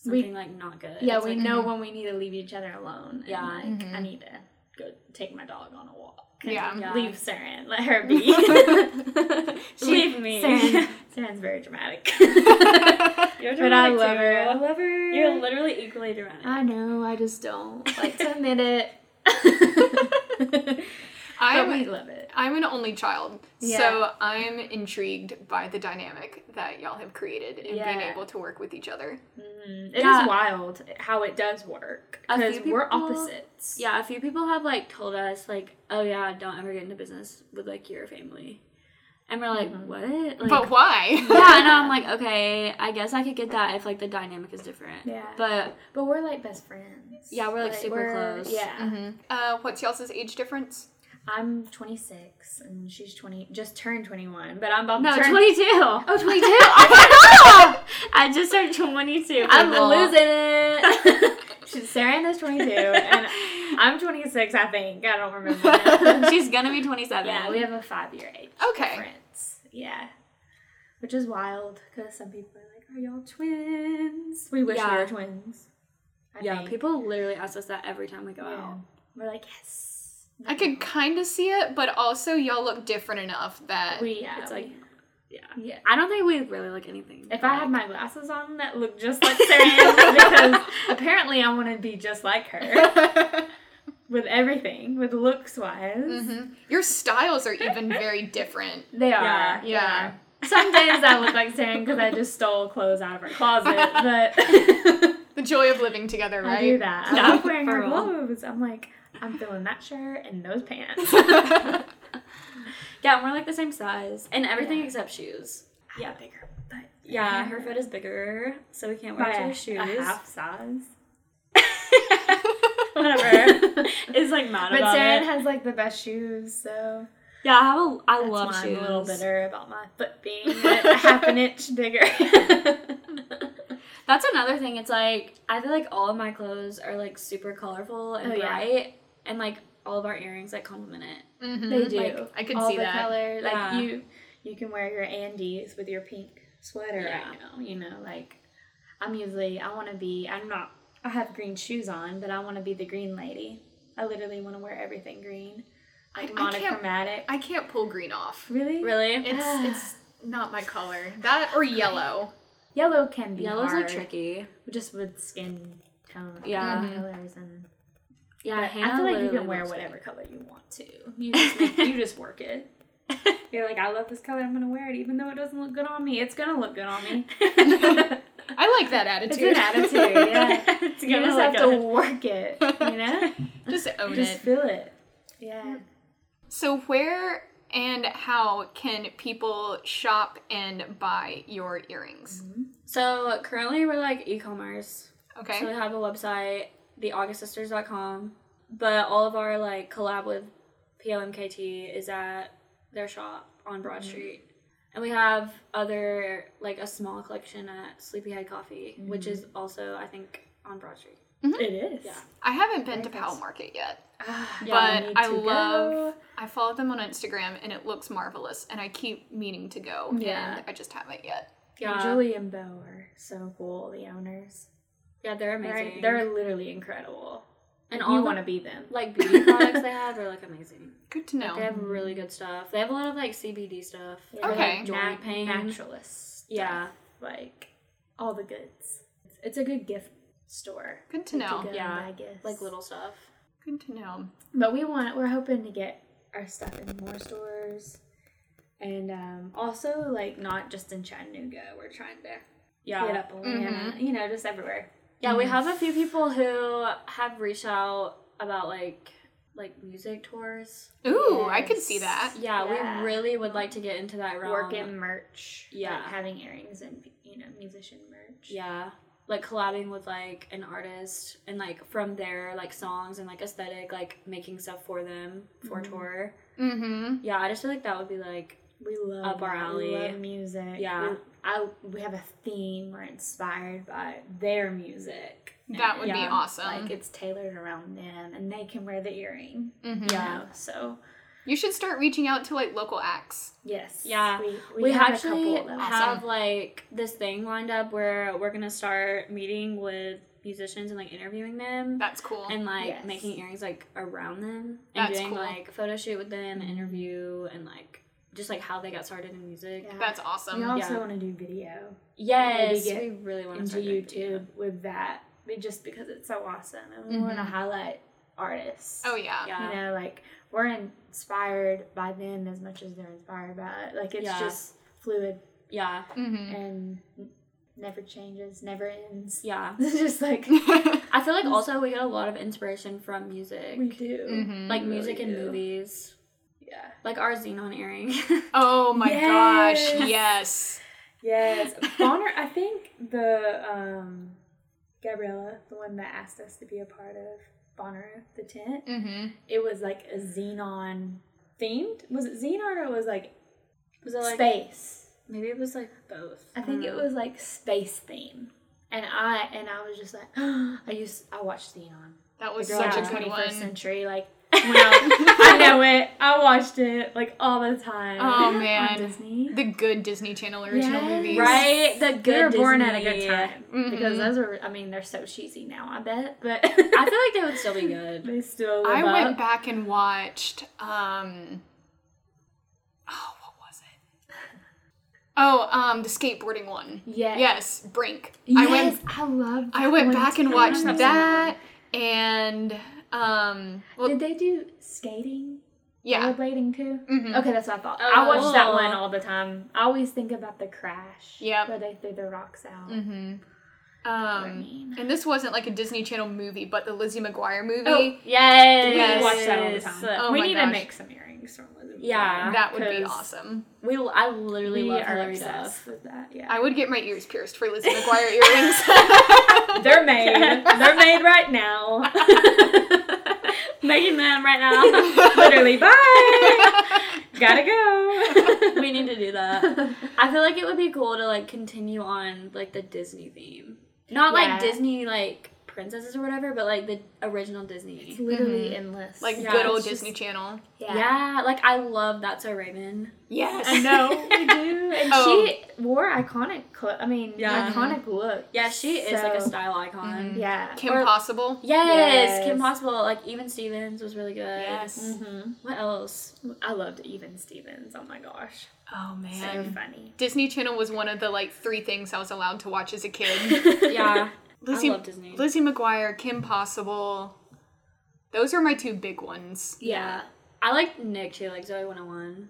B: We-
C: something like not good.
B: yeah.
C: It's,
B: We
C: like,
B: know when we need to leave each other alone.
C: Yeah.
B: and, like I need to go take my dog on a walk. Couldn't
D: Yeah.
C: Yeah.
B: Leave Saren. Let her be. leave me.
C: Saren.
B: Saren's very dramatic.
C: You're
B: but I
C: dramatic,
B: love
C: too.
B: her.
C: I love her.
B: You're literally equally dramatic.
C: I know. I just don't like to admit it.
B: but we
D: I'm
B: love it.
D: I'm an only child, so
B: Yeah.
D: I'm intrigued by the dynamic that y'all have created and being
B: Yeah.
D: able to work with each other.
B: Mm-hmm. It is
C: Yeah.
B: wild how it does work
C: A few
B: because we're
C: people-
B: opposites.
C: Yeah, a few people have like told us like, oh yeah, don't ever get into business with like your family, and we're like, Mm-hmm. what? Like,
D: but why?
C: yeah, and I'm like, okay, I guess I could get that if like the dynamic is different.
B: Yeah.
C: But
B: But we're like best friends.
C: Yeah, we're, like, super close.
B: Yeah.
D: Mhm. Uh, what's y'all's age difference?
B: I'm 26 and she's 20, just turned 21, but I'm about
C: no,
B: to turn
C: 22.
B: Oh, 22.
C: I just turned 22.
B: I'm
C: people.
B: losing it. She's Sarah is 22 and I'm 26, I think. I don't remember. now.
C: She's gonna be 27.
B: yeah, we have a five year age
D: Okay.
B: difference. Yeah. Which is wild because some people are like, are y'all twins? We wish
C: Yeah.
B: we were twins. I
C: Yeah,
B: think.
C: people literally ask us that every time we go
B: Yeah.
C: out.
B: We're like, yes.
D: I could kind of see it, but also y'all look different enough that
B: We, yeah,
C: It's
B: we-
C: like, yeah.
B: yeah.
C: I don't think we really look anything.
B: If I had
C: alike.
B: my glasses on that look just like Sarah's, because apparently I want to be just like her with everything, with looks wise.
D: Mhm. your styles are even very different.
B: They are.
C: Yeah.
B: they
D: Yeah.
B: are. Some days I look like Sarah because I just stole clothes out of her closet, but
D: The joy of living together, right?
B: I do that.
C: Yeah,
B: I love wearing
C: for
B: her
C: real.
B: clothes. I'm like, I'm feeling that shirt and those pants.
C: yeah, and we're like the same size and everything
B: Yeah.
C: except shoes.
B: yeah, bigger. But
C: Yeah, her foot is bigger, so we can't wear
B: By
C: each
B: a,
C: other's
B: a
C: shoes.
B: half size.
C: Whatever. It's like mad
B: But
C: about
B: Sarah
C: it.
B: has like the best shoes, so
C: yeah, I, have a, I
B: That's
C: love
B: why
C: shoes.
B: I'm a little bitter about my foot being a half an inch bigger. yeah,
C: That's another thing. It's like I feel like all of my clothes are like super colorful and
B: Oh, yeah.
C: bright, and like all of our earrings like complement it.
D: Mhm.
B: they do.
C: Like,
D: I could
B: All
D: see
B: the
D: that.
B: color, like
C: Yeah.
B: you, you can wear your Andes with your pink sweater
C: Yeah.
B: right now. You know, like I'm usually I want to be. I'm not. I have green shoes on, but I want to be the green lady. I literally want to wear everything green, like
D: I can't-
B: monochromatic.
D: I can't pull green off.
B: really,
C: Really,
D: It's
B: Ah.
D: it's not my color. That or yellow.
B: yellow can be
C: yellow's
B: hard,
C: like tricky.
B: just with skin tone,
C: Yeah.
B: and colors and.
C: Yeah,
B: But I feel like you can wear whatever color you want to. You just make, you just work it. You're like, I love this color. I'm gonna wear it, even though it doesn't look good on me. It's gonna look good on me.
D: I like that attitude.
B: It's an attitude. Yeah,
C: it's
B: you just have to work it. You know,
D: Just own
B: just
D: it.
B: feel it. Yeah.
D: So where and how can people shop and buy your earrings?
C: So currently we're like e-commerce.
D: Okay.
C: So we have a website, theaugustsisters.com, but all of our like collab with PLMKT is at their shop on Broad Street. And we have other like a small collection at Sleepyhead Coffee, which is also I think on Broad Street.
B: It is.
C: Yeah.
D: I haven't been to
B: Very
D: Powell
B: nice.
D: Market yet,
B: Ah,
C: Yeah,
B: we
D: but
B: need
D: I
B: to
D: love.
B: go.
D: I follow them on Instagram, and it looks marvelous, and I keep meaning to go,
B: Yeah.
D: and I just haven't yet.
C: Yeah,
B: Julie and Bo are so cool. The owners.
C: yeah, they're
B: They're,
C: amazing.
B: they're literally incredible.
C: and
B: And
C: all
B: you
C: the,
B: want to be them.
C: like beauty products they have are like amazing.
D: Good to know.
C: They have really good stuff. They have a lot of like CBD stuff.
B: Yeah,
C: for, like,
D: Okay.
C: joint
B: nat-
C: pain.
B: naturalists.
C: Yeah.
B: like all the goods. It's a good gift store.
D: Good to know.
B: go
C: Yeah,
B: and buy gifts.
C: like little stuff.
D: Good to know.
B: But we want. We're hoping to get our stuff in more stores, and um, also like not just in Chattanooga. We're trying to
C: Yeah. Mm-hmm.
B: get up Atlanta. You know, just everywhere.
C: Yeah, we have a few people who have reached out about like like music tours.
D: Ooh, I could see that.
C: Yeah,
B: Yeah.
C: we really would like to get into that realm.
B: Work in merch. like,
C: Um, Yeah.
B: having earrings and you know musician merch.
C: Yeah. Like collabing with like an artist and like from their like songs and like aesthetic, like making stuff for them for tour.
D: Mm-hmm.
C: Yeah, I just feel like that would be like
B: We love
C: Up our
B: that.
C: alley.
B: We love music.
C: Yeah.
B: We, I we have a theme. We're inspired by their music.
D: That would be
C: Yeah,
D: awesome.
B: Like it's tailored around them, and they can wear the earring.
D: Mhm.
B: You know, so
D: You should start reaching out to like local acts.
B: Yes.
C: Yeah.
B: We, we,
C: We,
B: have
C: actually
B: a couple of them.
C: have like this thing lined up where we're gonna start meeting with musicians and like interviewing them
D: That's cool.
C: and like
B: Yes.
C: making earrings like around them and
D: That's
C: doing
D: cool.
C: like photo shoot with them, interview and like just like how they got started in music.
B: Yeah.
D: That's awesome.
B: we also
C: yeah.
B: want to do video
C: Yes,
B: Maybe get
C: we really want to
B: into
C: start doing video.
B: YouTube with that, we- just because it's so awesome, and we want to highlight artists.
D: Mm-hmm. Oh yeah.
C: Yeah.
B: You know, like we're inspired by them as much as they're inspired by it. Like it's
C: Yeah.
B: just fluid
C: Yeah.
B: Mm.
D: Mm-hmm.
B: and never changes, never ends.
C: Yeah.
B: It's just like
C: I feel like also we get a lot of inspiration from music.
B: mm-hmm, we do.
D: Mhm.
C: like
B: really
C: music and
B: do.
C: movies.
B: Yeah.
C: Like our xenon earring.
D: Oh my gosh.
B: Yes.
D: Yes.
B: Yes. Bonner, I think the um, Gabriella, the one that asked us to be a part of Bonner the tent,
D: Mm-hmm.
B: it was like a xenon themed. Was it xenon or it was like uh-huh.
C: Was it like
B: space?
C: maybe it was like both?
B: I think it
C: don't
B: was like space theme. And I and I was just like, I used I watched Xenon.
D: That was
B: The girl
D: such
B: in
D: a
B: the
D: good
B: 21st
D: one.
B: century. Like when I, I know it. I watched it like all the time.
D: Oh,
B: on
D: man.
B: Disney.
D: The good Disney Channel original
B: Yes.
D: movies.
C: know. Right? The good
B: they were born at a
C: Disney.
B: good time because
D: Mhm.
B: those were. I mean, they're so cheesy now. I bet, but
C: I feel like they would still be good.
B: they still. Live
D: I
B: up.
D: went back and watched um Oh, what was it? Oh, um the skateboarding one.
B: Yes.
D: Yes, Brink.
B: Yes,
D: I went
B: I loved.
D: I
B: that
D: went
B: one
D: back and
B: too.
D: watched that and um well
B: Did they do skating?
D: yeah.
B: Rollerblading too.
D: Mhm.
B: Okay, that's what I thought.
C: Oh,
B: I watch that
C: cool.
B: one all the time. I always think about the crash.
D: Yep.
B: Where they threw the rocks out.
D: Mhm.
B: I
D: Um
B: mean.
D: and this wasn't like a Disney Channel movie, but the Lizzie McGuire movie.
C: Oh, Yes.
D: Yes.
B: We watch that all the time.
D: Oh
B: we
D: my
B: need
D: gosh.
B: to make some earrings from Elizabeth.
C: Yeah.
D: that would be
B: 'cause
D: awesome.
C: We I literally
B: We
C: love
B: are
C: Hillary Duff.
B: obsessed with that. Yeah.
D: I would get my ears pierced for Lizzie McGuire earrings.
B: They're made. They're made right now.
C: Making them right now.
B: Literally, bye. Gotta go.
C: we need to do that. I feel like it would be cool to like continue on like the Disney theme. Not
B: Yeah.
C: like Disney like princesses or whatever, but like the original Disney.
B: It's literally endless.
D: Mm-hmm. like
C: Yeah,
D: good old
C: it's just-
D: Disney Channel.
C: Yeah. like I love That's So Raven.
D: Yes.
B: I know we do, and
D: Oh.
B: she wore iconic. Cl- I mean,
C: Yeah.
B: iconic look.
C: Yeah, she is like a
B: So-
C: style icon.
B: Yeah.
D: Kim
C: Or-
D: Possible.
C: Yes,
B: Yes.
C: Kim Possible. Like even Stevens was really good.
D: Mm.
B: hmm
C: What else?
B: I loved Even Stevens. Oh my gosh,
D: Oh
B: so
D: man.
B: funny.
D: Disney Channel was one of the like three things I was allowed to watch as a kid.
C: Yeah,
D: Lizzie,
C: I love Disney.
D: Lizzie McGuire, Kim Possible. Those are my two big ones.
C: yeah. I like Nick too, like Zoe 101.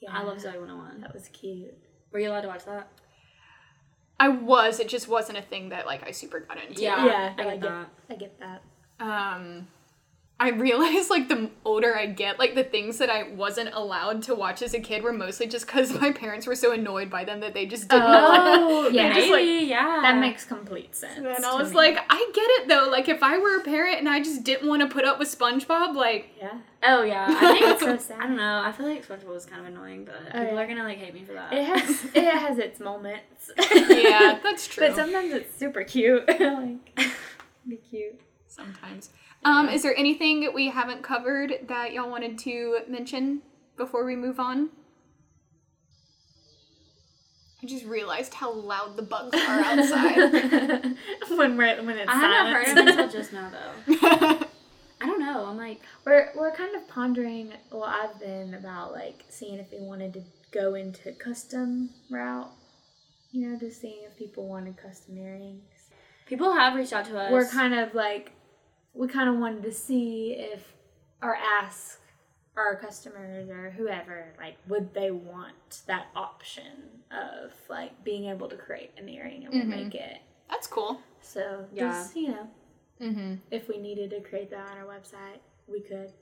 B: Yeah.
C: I love Zoe 101.
B: That was cute.
C: Were you allowed to watch that?
D: I was. It just wasn't a thing that like I super got into.
B: Yeah,
C: I
B: I
C: like
B: get-
C: that.
B: I get that.
D: Um. I realize, like, the older I get, like, the things that I wasn't allowed to watch as a kid were mostly just because my parents were so annoyed by them that they just didn't.
B: Oh, yeah.
D: just, like,
C: Maybe, yeah.
B: That makes complete sense.
D: And I
B: to
D: was
B: me.
D: like, I get it though. Like, if I were a parent and I just didn't want to put up with SpongeBob, like,
B: yeah.
C: Oh yeah, I think
B: so
C: it's
B: sad.
C: I don't know. I feel like SpongeBob was kind of annoying, but
B: Oh,
C: people
B: yeah.
C: are gonna like hate me for that.
B: It has it has its moments.
D: yeah, that's true.
B: But sometimes it's super cute. like be cute.
D: Sometimes. Um, is there anything we haven't covered that y'all wanted to mention before we move on? I just realized how loud the bugs are outside.
B: when we're when it's
C: I haven't heard
B: silent.
C: of it until just now though. I don't know. I'm like,
B: we're we're kind of pondering well I've been about like seeing if we wanted to go into custom route. You know, just seeing if people wanted custom earrings.
C: people have reached out to us.
B: We're kind of like we kind of wanted to see if or ask our customers or whoever like would they want that option of like being able to create an earring and we'll make it.
D: that's cool.
B: So
C: Yeah.
B: just you know,
D: Mm-hmm.
B: if we needed to create that on our website, we could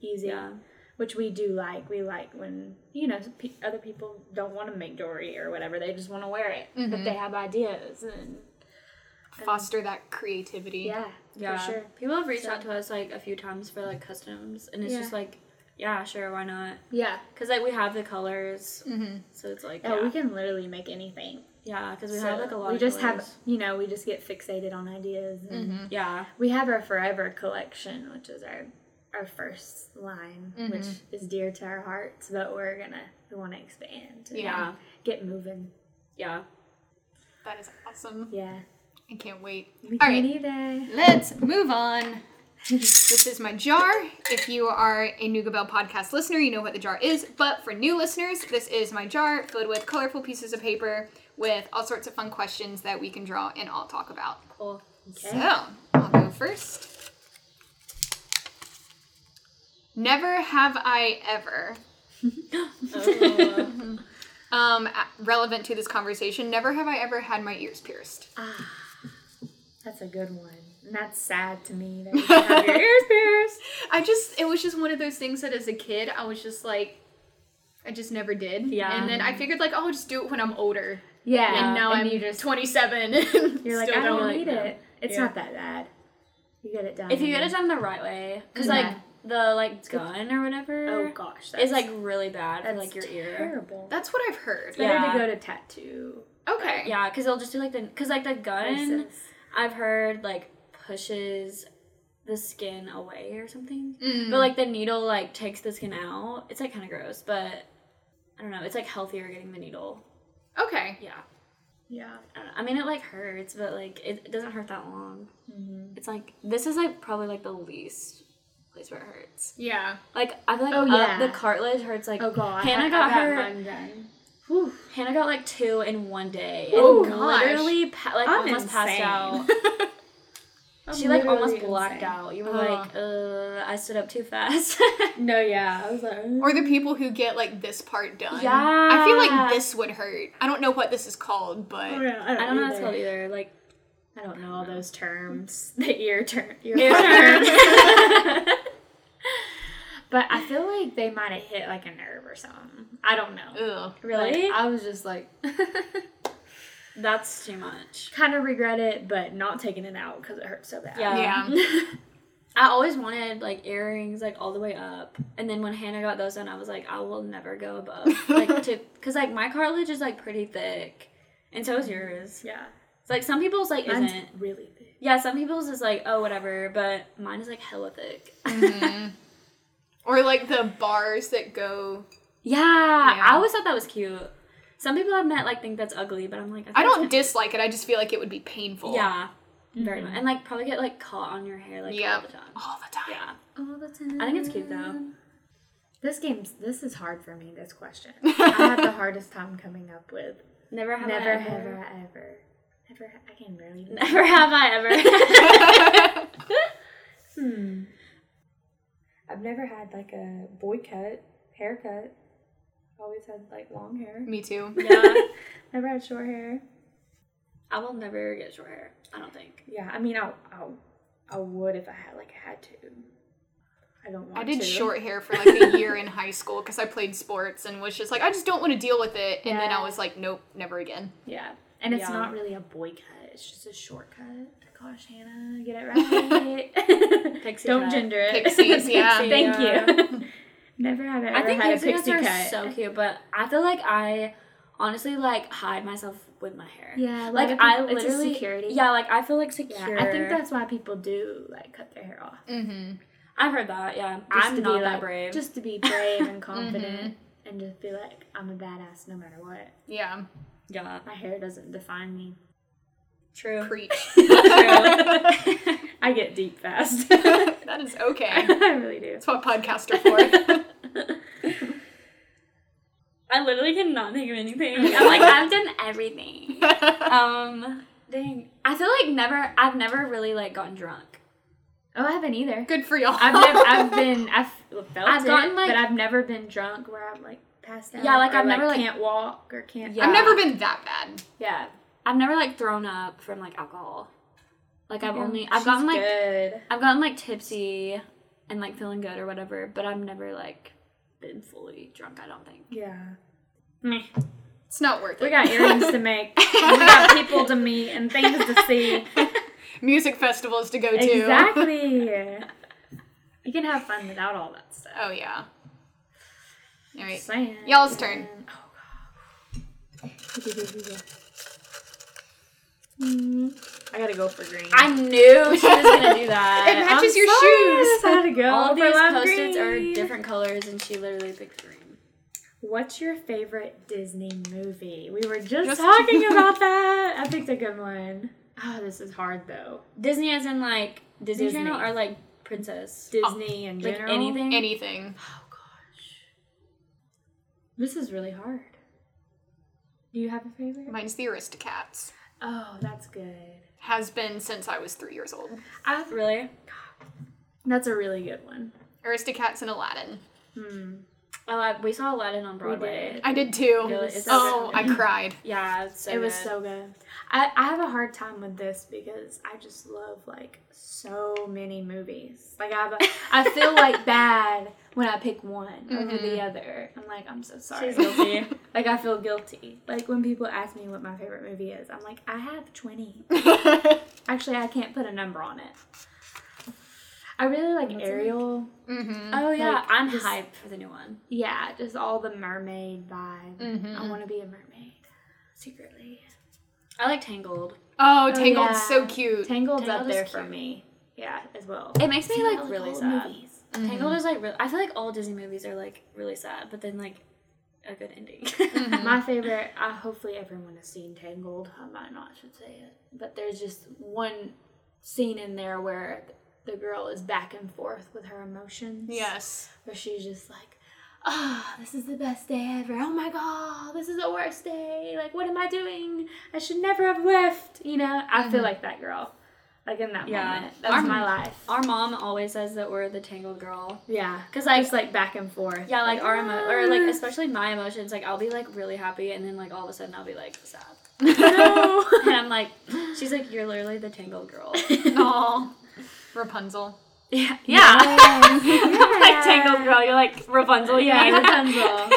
B: easy.
C: Yeah.
B: Which we do like. We like when you know pe- other people don't want to make jewelry or whatever; they just want to wear it, but they have ideas and
D: Foster that creativity.
B: yeah,
C: yeah.
B: for sure.
C: People have reached out to us like a few times for like customs, and it's
B: Yeah.
C: just like, yeah, sure, why not?
B: Yeah,
C: Because like we have the colors, so it's like,
B: Mm-hmm. yeah,
C: yeah,
B: Oh, we can literally make anything.
C: yeah, because we
B: So
C: have like a lot.
B: we
C: of
B: just have
C: colors.
B: you know we just get fixated on ideas. And
C: yeah,
B: We have our forever collection, which is our our first line, which
C: Mm-hmm.
B: is dear to our hearts, but we're gonna we want to expand. and
C: Yeah.
B: Get moving.
C: Yeah.
D: That is awesome.
B: Yeah.
D: I can't wait.
B: We
D: All right,
B: can't either.
D: let's move on. this is my jar. If you are a Nougat Bell podcast listener, you know what the jar is. But for new listeners, this is my jar filled with colorful pieces of paper with all sorts of fun questions that we can draw and all talk about.
C: Cool.
D: So, I'll go first. Never have I ever. um, a- relevant to this conversation, never have I ever had my ears pierced.
B: That's a good one. And that's sad to me that you have your ears pierced.
D: I just, it was just one of those things that as a kid, I was just like, I just never did.
C: Yeah.
D: And then I figured, like, oh, I'll just do it when I'm older.
B: Yeah.
D: and now
B: Uh,
D: I'm
B: and you just
D: 27.
B: you're like,
D: still
B: I don't
D: don't.
B: need
C: no.
B: it. It's
D: Yeah.
B: not that bad. You get it done.
C: If you get it done the right way, because like
B: Yeah.
C: the like gun or whatever
B: Oh gosh, that's
C: is like really bad for
B: that's
C: like your ear.
B: terrible.
D: That's what I've heard.
B: Better
C: Yeah.
B: to go to tattoo.
D: Okay.
C: Yeah, because they'll just do like the because like the gun
B: places.
C: I've heard like pushes the skin away or something,
D: Mm.
C: but like the needle like takes the skin out. It's like kind of gross, but I don't know. It's like healthier getting the needle.
D: Okay.
C: Yeah,
B: Yeah.
C: I, don't know. I mean it like hurts, but like it, it doesn't hurt that long.
B: Mhm.
C: It's like this is like probably like the least place where it hurts.
D: Yeah.
C: Like I feel like
B: Oh,
C: up
B: yeah.
C: the cartilage hurts like
B: Oh god.
C: Hannah
B: I- I
C: got her-
B: mine done. Whew.
C: Hannah got like two in one day.
D: Oh,
C: and
D: gosh.
C: Literally, pa- like
B: I'm
C: almost passed
B: insane.
C: out.
B: I'm
C: she like almost
B: literally
C: blacked
B: insane.
C: out. You were
D: Oh.
C: like, uh, I stood up too fast.
B: No, yeah. I was like,
C: "Mm."
B: "Ugh."
D: Or the people who get like this part done.
C: Yeah.
D: I feel like this would hurt. I don't know what this is called, but
B: I don't know. I don't,
C: I don't know how it's
B: either.
C: called either. Like,
B: I don't know all those terms. The ear term. Ear
D: terms.
B: terms. but I feel like they might have hit like a nerve or something. I don't know.
D: ugh.
C: really?
B: Like, I was just like,
C: That's too much.
B: kind of regret it, but not taking it out because it hurts so bad.
C: Yeah.
D: Yeah.
C: I always wanted like earrings like all the way up, and then when Hannah got those done, I was like, I will never go above like to because like my cartilage is like pretty thick, and so is yours.
B: Yeah.
C: It's like some people's like
B: Mine's
C: isn't.
B: really thick.
C: Yeah, some people's is like oh whatever, but mine is like hella thick.
D: or like the bars that go.
C: Yeah, I always thought that was cute. Some people I've met like think that's ugly, but I'm like,
D: I
C: think
D: don't
C: it's
D: dislike it. I just feel like it would be painful.
C: kinda- yeah, very much, and like probably get like caught on your hair like all
D: Yep.
C: the time.
D: All the time.
C: Yeah,
B: All the time.
C: I think it's cute though.
B: This game's this is hard for me. This question, I had the hardest time coming up with.
C: Never have
B: Never,
C: I
B: ever,
C: ever.
B: ever, never. ha- I can barely. even-
C: Never have I ever.
B: Hmm. I've never had like a boy cut haircut. Always had like long hair.
D: Me too.
C: yeah,
B: Never had short hair.
C: I will never get short hair. I don't think.
B: Yeah, I mean, I I, I would if I had like I had to. I don't want.
D: I did
B: to.
D: short hair for like a year in high school because I played sports and was just like, I just don't want to deal with it. And then I
B: Yeah.
D: was like, nope, never again.
B: Yeah, and it's
C: Yeah.
B: not really a boy cut. It's just a shortcut. Gosh, Hannah, get it right.
C: Pixie
B: don't
C: cut.
B: gender it.
D: Pixies, yeah.
B: Pixie, Thank you. never have I ever
C: I think
B: had a
C: pixie cuts are
B: pixie cut.
C: so cute, but I feel like I honestly like hide myself with my hair.
B: Yeah, a lot
C: like
B: of
C: I
B: people- it's a
C: literally
B: security.
C: Yeah, like I feel like
B: Yeah,
C: secure.
B: I think that's why people do like cut their hair off.
D: Mm-hmm.
C: I've heard that. Yeah,
B: Just
C: I'm
B: to
C: not
B: be,
C: that
B: like-
C: brave.
B: Just to be brave and confident, and just be like, I'm a badass no matter what.
D: Yeah.
C: yeah,
B: My hair doesn't define me.
C: true.
D: Preach.
C: True.
B: I get deep fast.
D: that is okay.
B: I really do.
D: That's what podcasts are for.
C: I literally cannot think of anything. I'm like, I've done everything. Um, dang. I feel like never, I've never really like gotten drunk.
B: Oh, I haven't either.
D: Good for y'all.
B: I've never, I've been, I've felt
C: I've
B: it,
C: gotten, like-
B: but I've never been drunk where I'm like passed out.
C: Yeah, like,
B: or,
C: I've never, like-
B: can't walk or can't.
C: Yeah.
D: I've never been that bad.
B: yeah.
C: I've never like thrown up from like alcohol. Like I've
B: Yeah,
C: only, I've
B: she's
C: gotten like,
B: good.
C: I've gotten like tipsy and like feeling good or whatever, but I've never like been fully drunk. I don't think.
B: Yeah.
D: It's not worth it.
B: We got earrings to make. and we got people to meet and things to see.
D: music festivals to go to.
B: Exactly. you can have fun without all that stuff.
D: Oh yeah. All right.
B: Saying.
D: Y'all's turn.
B: Oh, God. I gotta to go for green.
C: I knew she was gonna do that.
D: It matches your
B: Yes, I had to go
C: All
B: for
C: these
B: love
C: post-its
B: green.
C: are different colors, and she literally picked green.
B: What's your favorite Disney movie? We were just, talking about that. I picked a good one. Oh, this is hard though.
C: Disney, as in like Disney,
B: Disney.
C: Channel, or like princess,
B: Disney in
C: like
B: general.
C: anything.
D: shoes. Anything.
B: This is really hard. Do you have a favorite?
D: Mine's the Aristocats.
B: Oh, that's good.
D: Has been since I was three years old.
B: I,
C: Really?
B: that's a really good one.
D: Aristocats and Aladdin.
B: Hmm.
C: Aladdin, we saw Aladdin on Broadway.
B: did.
D: I did too.
C: Really? Is that
D: Oh,
C: so
D: I
C: good?
D: cried.
C: Yeah, it's so
B: it was
C: good.
B: so good. I, I have a hard time with this because I just love like so many movies. Like I, have a, I feel like bad when I pick one over the other. I'm like I'm so sorry.
C: Mm-hmm. She's guilty.
B: Like I feel guilty. Like when people ask me what my favorite movie is, I'm like I have 20. Actually, I can't put a number on it. I really like Ariel.
D: hmm
C: oh yeah,
B: Like,
C: I'm
B: this-
C: hyped for the new one.
B: Yeah, just all the mermaid vibe.
D: Mhm.
C: Mm-hmm.
B: I want to be a mermaid secretly.
C: I like Tangled.
D: Oh, Tangled's
B: yeah.
D: so cute.
B: Tangled's up
C: Tangled is
B: there for
C: cute.
B: me. Yeah, as well.
C: It makes me
B: See, I
C: like really
B: old
C: sad.
B: movies.
C: Tangled is like real. I feel like all Disney movies are like really sad, but then like a good ending. Mm-hmm.
B: My favorite. Uh, hopefully, everyone has seen Tangled. I might not should say it, but there's just one scene in there where the girl is back and forth with her emotions.
D: yes.
B: where she's just like, "Ah, this is the best day ever. Oh my god, this is the worst day. Like, what am I doing? I should never have left." You know, I feel like that girl. Like in that
C: Mm-hmm. Yeah.
B: moment, that was
C: Our-
B: my life.
C: Our mom always says that we're the Tangled girl.
B: yeah,
C: Cause like
B: just like back and forth.
C: yeah, like our emo- or like
B: "Ah."
C: especially my emotions. Like I'll be like really happy, and then like all of a sudden I'll be like sad,
B: No.
C: and I'm like, she's like, you're literally the Tangled girl.
D: Aw. Rapunzel.
C: Yeah,
B: Yes.
C: like Tangled girl. You're like Rapunzel.
B: yeah,
C: Yeah.
B: Rapunzel.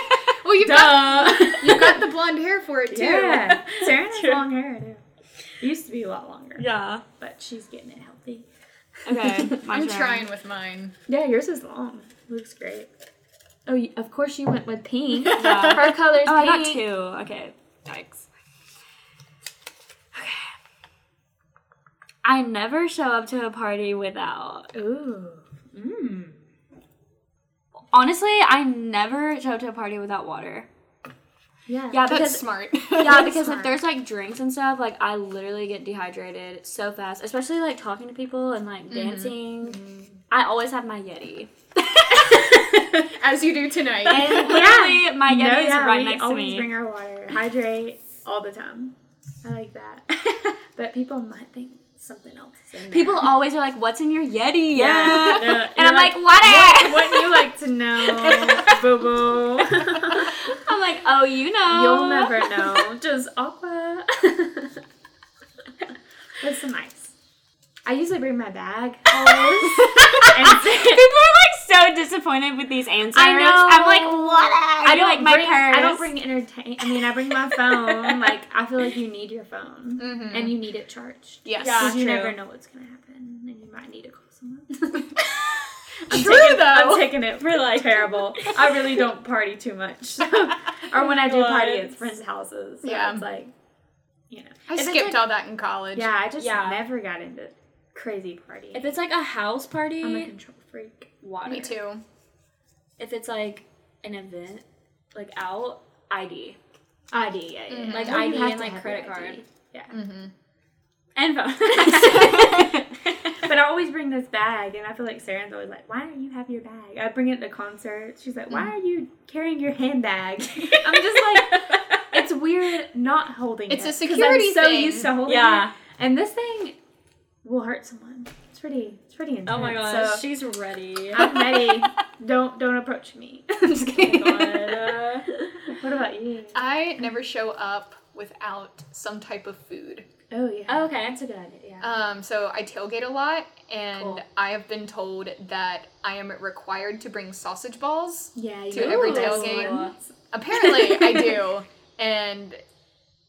D: Well, you've got, you've got the blonde hair for it, too.
B: yeah, Sarah has
C: True.
B: long hair too. Used to be a lot longer,
C: yeah.
B: but she's getting it healthy.
C: Okay. my
D: I'm
C: turn.
D: trying with mine.
B: Yeah, yours is long. Looks great. Oh, you, of course you went with pink.
C: Yeah.
B: Her color's
C: Oh, I
B: pink.
C: got two. Okay. Yikes. Okay. I never show up to a party without.
B: Ooh. Mmm.
C: Honestly, I never show up to a party without water.
B: Yeah.
C: Yeah,
D: That's
C: because
D: smart.
C: yeah, because if there's like drinks and stuff, like I literally get dehydrated so fast. Especially like talking to people and like dancing. I always have my Yeti.
D: As you do tonight.
C: And literally, my Yeti
B: No,
C: is
B: yeah,
C: right
B: we
C: next to
B: always
C: me.
B: bring our water. Hydrate all the time. I like that. but people might think something else is in there.
C: People always are like, "What's in your Yeti?"
B: Yeah.
C: Yeah,
B: Yeah.
C: and
B: You're
C: I'm
B: like,
C: like, "Water."
B: What do you like to know, boo boo?
C: I'm like, "Oh, you know."
B: You'll never know. Just aqua. With some ice. I usually bring my bag always. and sit-
C: People are like so disappointed with these answers.
B: I know.
C: I'm like, "What?" I don't like my
B: bring,
C: purse.
B: I don't bring entertain. I mean, I bring my phone. like, I feel like you need your phone
D: Mhm.
B: and you need it charged.
D: yes.
C: Yeah.
B: Because you
C: true.
B: never know what's gonna happen, and you might need to call someone. I'm
D: True,
B: taking,
D: though.
B: I'm taking it for like terrible. I really don't party too much, so- or when I do party, it's friends' houses. So
D: Yeah.
B: it's like, you know,
D: I
B: If it's
D: skipped
B: like-
D: all that in college.
B: Yeah, I just
C: Yeah.
B: never got into crazy party.
C: If it's like a house party,
B: I'm a control freak.
C: water.
D: Me too.
C: If it's like an event, like out, ID
B: ID, yeah, yeah.
C: Like
B: Well, you
C: ID
B: have
C: and,
B: to
C: like,
B: have
C: credit
B: your ID.
C: card.
B: Yeah.
C: and phone.
B: But I always bring this bag, and I feel like Sarah's always like, "Why don't you have your bag?" I bring it to concerts. She's like, "Why are you carrying your handbag?" I'm just like, it's weird not holding
D: It's
B: it,
D: a
B: 'cause I'm
D: security
B: so
D: thing.
B: used to holding
C: Yeah.
B: it, and this thing will hurt someone. It's pretty. It's pretty intense.
C: oh my gosh,
B: So
C: she's ready. Oh
B: I'm ready. Don't don't approach me.
D: I'm just kidding.
C: God.
B: what about you?
D: I never show up without some type of food.
B: Oh yeah.
C: Oh, okay.
B: that's a good idea. Yeah.
D: Um, so I tailgate a lot, and
C: Cool.
D: I have been told that I am required to bring sausage balls.
B: yeah.
D: to every
B: Ooh, that's
D: tailgate.
B: one.
D: Apparently, I do. And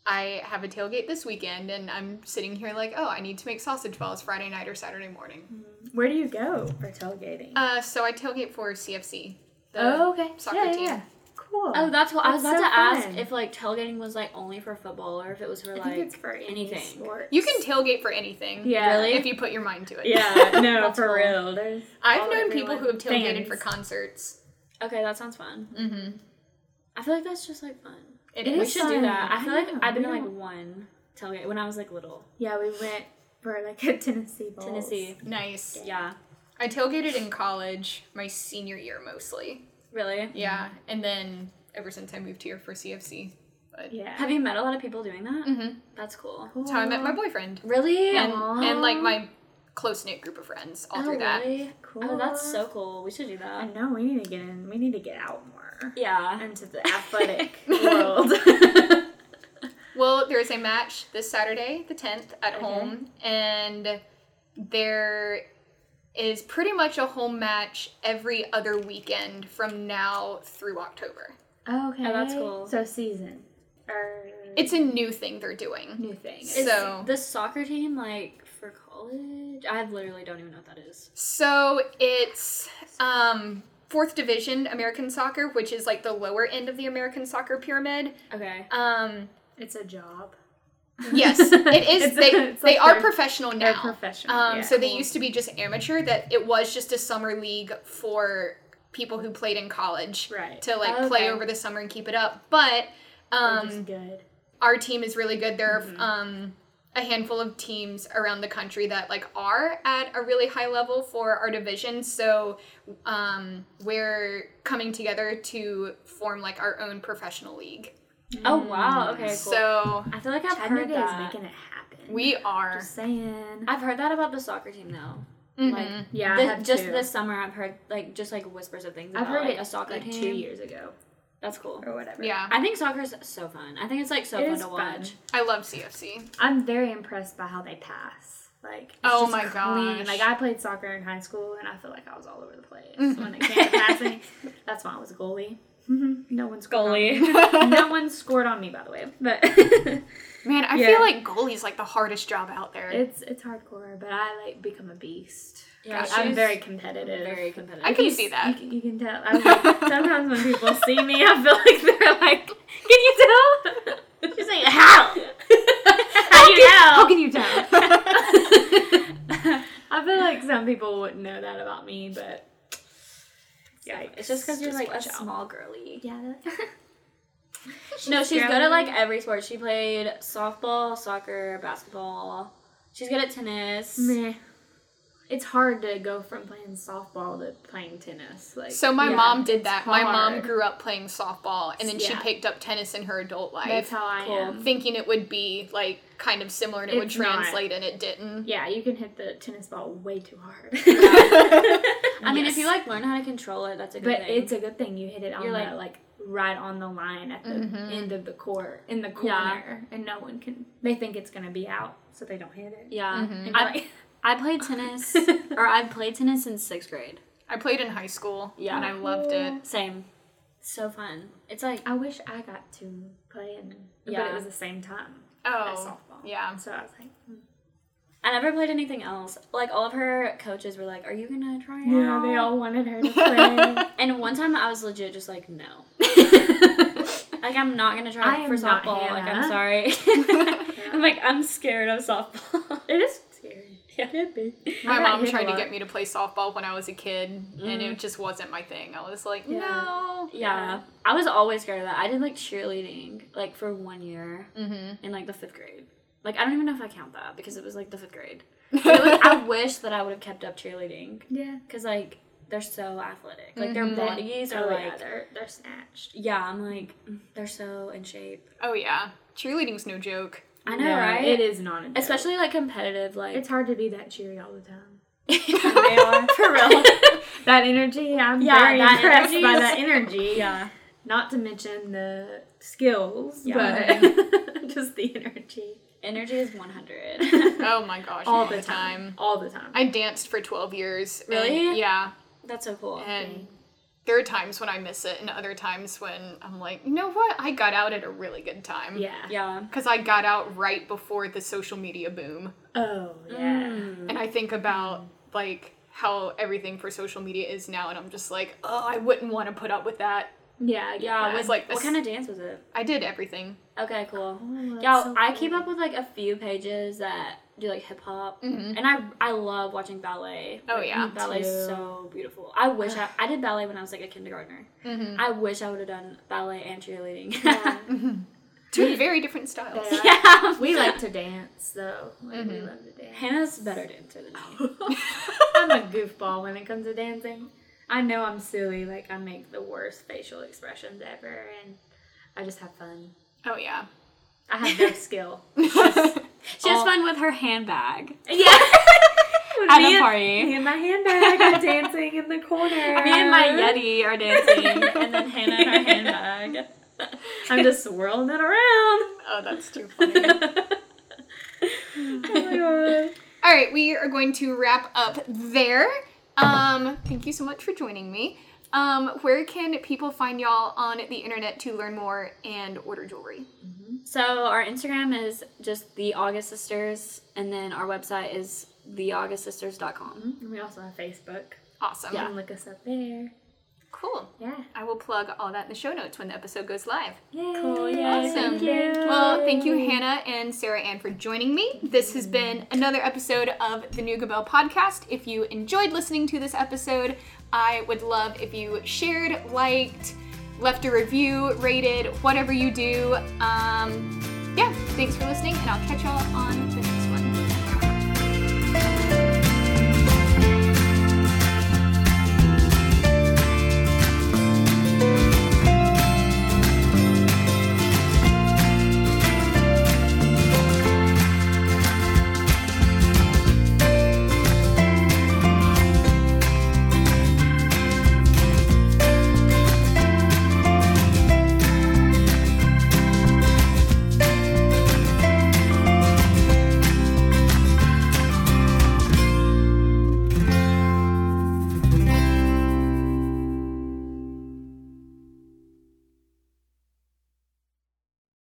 D: I have a tailgate this weekend, and I'm sitting here like, oh, I need to make sausage balls Friday night or Saturday
C: Mm-hmm.
D: morning.
B: Where do you go for tailgating?
D: Uh, so I tailgate for CFC. the
B: oh okay.
D: soccer
B: yeah, yeah,
D: team.
B: yeah. cool.
C: Oh, that's what I was
B: That's
C: about to
B: so
C: ask
B: fun.
C: if like tailgating was like only for football or if it was for
B: I
C: like
B: think it's for anything.
C: anything.
B: Sport.
D: You can tailgate for anything.
B: yeah.
C: Really?
D: If you put your mind to it.
B: Yeah, no,
C: That's
B: for
C: cool.
B: real. There's
D: I've
B: all
D: known people
B: everyone-
D: who have tailgated
B: fans.
D: for concerts.
C: Okay, that sounds fun.
D: Mm-hmm.
C: I feel like that's just like fun.
D: It
B: It
C: we
D: is.
B: is
C: should do
B: fun.
C: that. I feel
B: I
C: like
B: know,
C: I've been
B: we
C: to like
B: don't-
C: one tailgate when I was like little.
B: Yeah, we went for like a Tennessee bowl.
C: Tennessee.
D: Nice.
C: Yeah.
D: I tailgated in college, my senior year mostly.
C: Really?
D: Yeah. And then ever since I moved here for CFC. But
B: Yeah.
C: Have you met a lot of people doing that?
B: Mm-hmm.
D: Mhm.
C: That's cool.
D: that's how I met my boyfriend.
C: Really?
D: And,
C: Aw.
D: and like my close knit group of friends all
C: oh,
D: through that.
C: Really?
B: Cool.
C: Oh, that's so cool. We should do
B: I
C: that.
B: know we need to get in. We need to get out more
C: Yeah.
B: into the athletic world.
D: Well, there is a match this Saturday, the 10th, at
B: Mm-hmm.
D: home, and there is pretty much a home match every other weekend from now through October.
B: okay,
C: Oh, that's cool.
B: So season Er, or
D: It's a new thing they're doing.
B: new thing.
D: It's- So-
C: the soccer team like for college? I literally don't even know what that is.
D: So it's um, fourth division American soccer, which is like the lower end of the American soccer pyramid.
C: Okay.
D: Um,
B: it's a job.
D: yes, it is.
B: It's-
D: they
B: it's
D: they
B: like
D: are
B: they're-
D: professional now.
B: They're professional.
D: Um,
B: yeah.
D: So they used to be just amateur. That it was just a summer league for people who played in college
B: Right.
D: to like
C: Okay.
D: play over the summer and keep it up. But
B: They're
D: um,
B: just good.
D: our team is really good. There are um, a handful of teams around the country that like are at a really high level for our division. So um, we're coming together to form like our own professional league.
C: Oh
B: Mm.
C: wow. Okay. Cool.
D: So
C: I feel like I've heard
B: Chattanooga is
C: that.
B: making it happen.
D: we are.
B: just saying.
C: I've heard that about the soccer team though. Like
B: yeah,
C: the-
B: Mm-hmm. I have
C: just
B: too.
C: this summer, I've heard like just like whispers of things.
B: I've
C: About,
B: heard
C: like,
B: it
C: a soccer
B: like
C: team.
B: two years ago
C: That's cool.
B: or whatever.
D: Yeah,
C: I think soccer is so fun. I think it's like so
B: It
C: fun
B: is
C: to
B: fun.
C: watch.
D: I love CFC.
B: I'm very impressed by how they pass. Like it's
D: Oh
B: just
D: my
B: clean.
D: gosh.
B: Like I played soccer in high school, and I feel like I was all over the place
D: Mm.
B: when it came to passing. That's why I was a goalie. Mm-hmm. no one scored. On me. no one scored on me, by the way. But
D: Man, I
B: Yeah.
D: feel like goalie's like the hardest job out there.
B: it's it's hardcore. But I like become a beast.
C: Yeah,
D: Gosh,
B: I'm
D: she's
B: very competitive.
C: Very competitive.
D: I can see that.
B: You can, you can tell. I like, sometimes when people see me, I feel like they're like, "Can you tell?" She's like, "How? How do you know? How can you tell?" I feel like some people wouldn't know that about me, but yeah,
C: It's just because you're like a
B: watch out.
C: small girly.
B: Yeah,
C: no, she's good
B: girly.
C: at like every sport. She played softball, soccer, basketball. She's good at tennis.
B: meh. It's hard to go from playing softball to playing tennis. Like,
D: So my
C: Yeah,
D: mom did that. My mom
B: hard.
D: grew up playing softball and then she
B: Yeah.
D: picked up tennis in her adult
B: that's
D: life
B: how I
C: Cool.
B: am.
D: thinking it would be like kind of similar and it would
B: It's not.
D: translate and it didn't.
B: Yeah, you can hit the tennis ball way too hard.
C: I mean, if
B: Yes.
C: you like learn how to control it, that's a good
B: But
C: thing.
B: it's a good thing you hit it on
C: You're
B: the,
C: like-
B: like, right on the line at the end of the court in the
C: Yeah.
B: corner, and no one can. They think it's gonna be out, so they don't hit it.
D: Mm-hmm.
C: yeah.
B: And you're
C: I,
B: like,
C: I played tennis, or I played tennis in sixth grade.
D: I played in high school
C: Yeah.
D: and I loved it.
C: Same. So fun. It's like
B: I wish I got to play, in, but
C: Yeah.
B: it was the same time. At
D: Oh,
B: softball.
D: yeah.
B: So I was like,
C: I never played anything else. Like all of her coaches were like, "Are you gonna try out?"
B: yeah, they all wanted her to play.
C: And one time I was legit just like, "No, like I'm not gonna
B: I
C: try
B: am
C: for
B: not
C: softball. Like I'm
B: Hannah.
C: sorry. I'm like I'm scared of softball.
B: it is scary.
C: Yeah.
B: Could be.
D: My
B: I got
D: mom
B: hit a
D: tried to
B: lot. Mm.
D: get me to play softball when I was a kid and it just wasn't my thing. I was like, no.
C: yeah, I was always scared of that. I did like cheerleading like for one year
D: Mm-hmm.
C: in like the fifth grade. Like I don't even know if I count that because it was like the fifth grade. But it was- I wish that I would have kept up cheerleading
B: Yeah.
C: because like they're so athletic. Like their
D: Mhm.
C: bodies
B: So
C: are
B: like,
C: like
B: Oh, they're they're snatched.
C: Yeah, I'm like, mm, they're so in shape.
D: Oh, yeah. Cheerleading's no joke.
C: I know,
B: No,
C: right?
B: It is not a joke.
C: Especially like competitive, like
B: It's hard to be that cheery all the time.
C: they are for real.
B: That energy, I'm
C: Yeah,
B: very
C: that
B: impressed
C: energy
B: by
C: is-
B: that energy.
C: yeah,
B: Not to mention the skills,
C: Yeah.
B: but just the energy
C: energy is 100.
D: Oh my gosh.
B: all the time. all the time.
D: I danced for 12 years. and-
C: Really?
D: yeah.
C: That's so cool.
D: And there are times when I miss it, and other times when I'm like, you know what? I got out at a really good time.
B: yeah.
C: yeah, Uh,
D: Because I got out right before the social media boom.
B: Oh yeah.
C: Mm.
D: And I think about,
C: Mm-hmm.
D: like, how everything for social media is now, and I'm just like, oh, I wouldn't want to put up with that
C: Yeah, yeah.
E: that.
C: What,
E: It's like
C: what
E: this-
C: kind of dance was it?
E: I did everything.
C: Okay, Oh, cool.
B: Oh, that's
C: Y'all,
B: so
C: I keep up with like a few pages that do like hip hop,
E: Mhm.
C: and I I love watching ballet.
E: Oh,
C: Like,
E: yeah.
C: ballet's
B: too.
C: so beautiful. I wish I I did ballet when I was like a kindergartner.
E: Mhm.
C: I wish I would have done ballet and cheerleading.
B: Yeah.
E: Two very different styles.
B: Yeah.
C: Yeah.
B: we like to dance though. Like, We
C: Mm-hmm.
E: Mhm.
B: love to dance.
C: Hannah's a better dancer than me.
B: I'm a goofball when it comes to dancing. I know I'm silly. Like I make the worst facial expressions ever, and I just have fun.
E: Oh yeah.
B: I have no skill.
C: She has
B: Oh.
C: fun with her handbag
B: Yeah.
C: at
B: me
C: a
B: and-
C: party.
B: Me and my handbag are dancing in the corner.
C: Me and my Yeti are dancing, and then Hannah and her handbag.
B: I'm just swirling it around.
E: Oh, that's too funny.
B: Oh my god.
E: All right, we are going to wrap up there. Um, thank you so much for joining me. Um, where can people find y'all on the internet to learn more and order jewelry?
C: So our Instagram is just the August Sisters, and then our website is theaugustsisters.com.
B: And we also have Facebook.
E: Awesome.
B: You can look us up there.
E: Cool.
B: Yeah.
E: I will plug all that in the show notes when the episode goes live.
B: Cool.
C: yeah,
E: Awesome.
C: Thank you.
E: Well, thank you, Hannah and Sarah Ann, for joining me. This has been another episode of the New Gabelle podcast. If you enjoyed listening to this episode, I would love if you shared, liked, left a review, rated, whatever you do. Um, yeah, thanks for listening, and I'll catch y'all on the next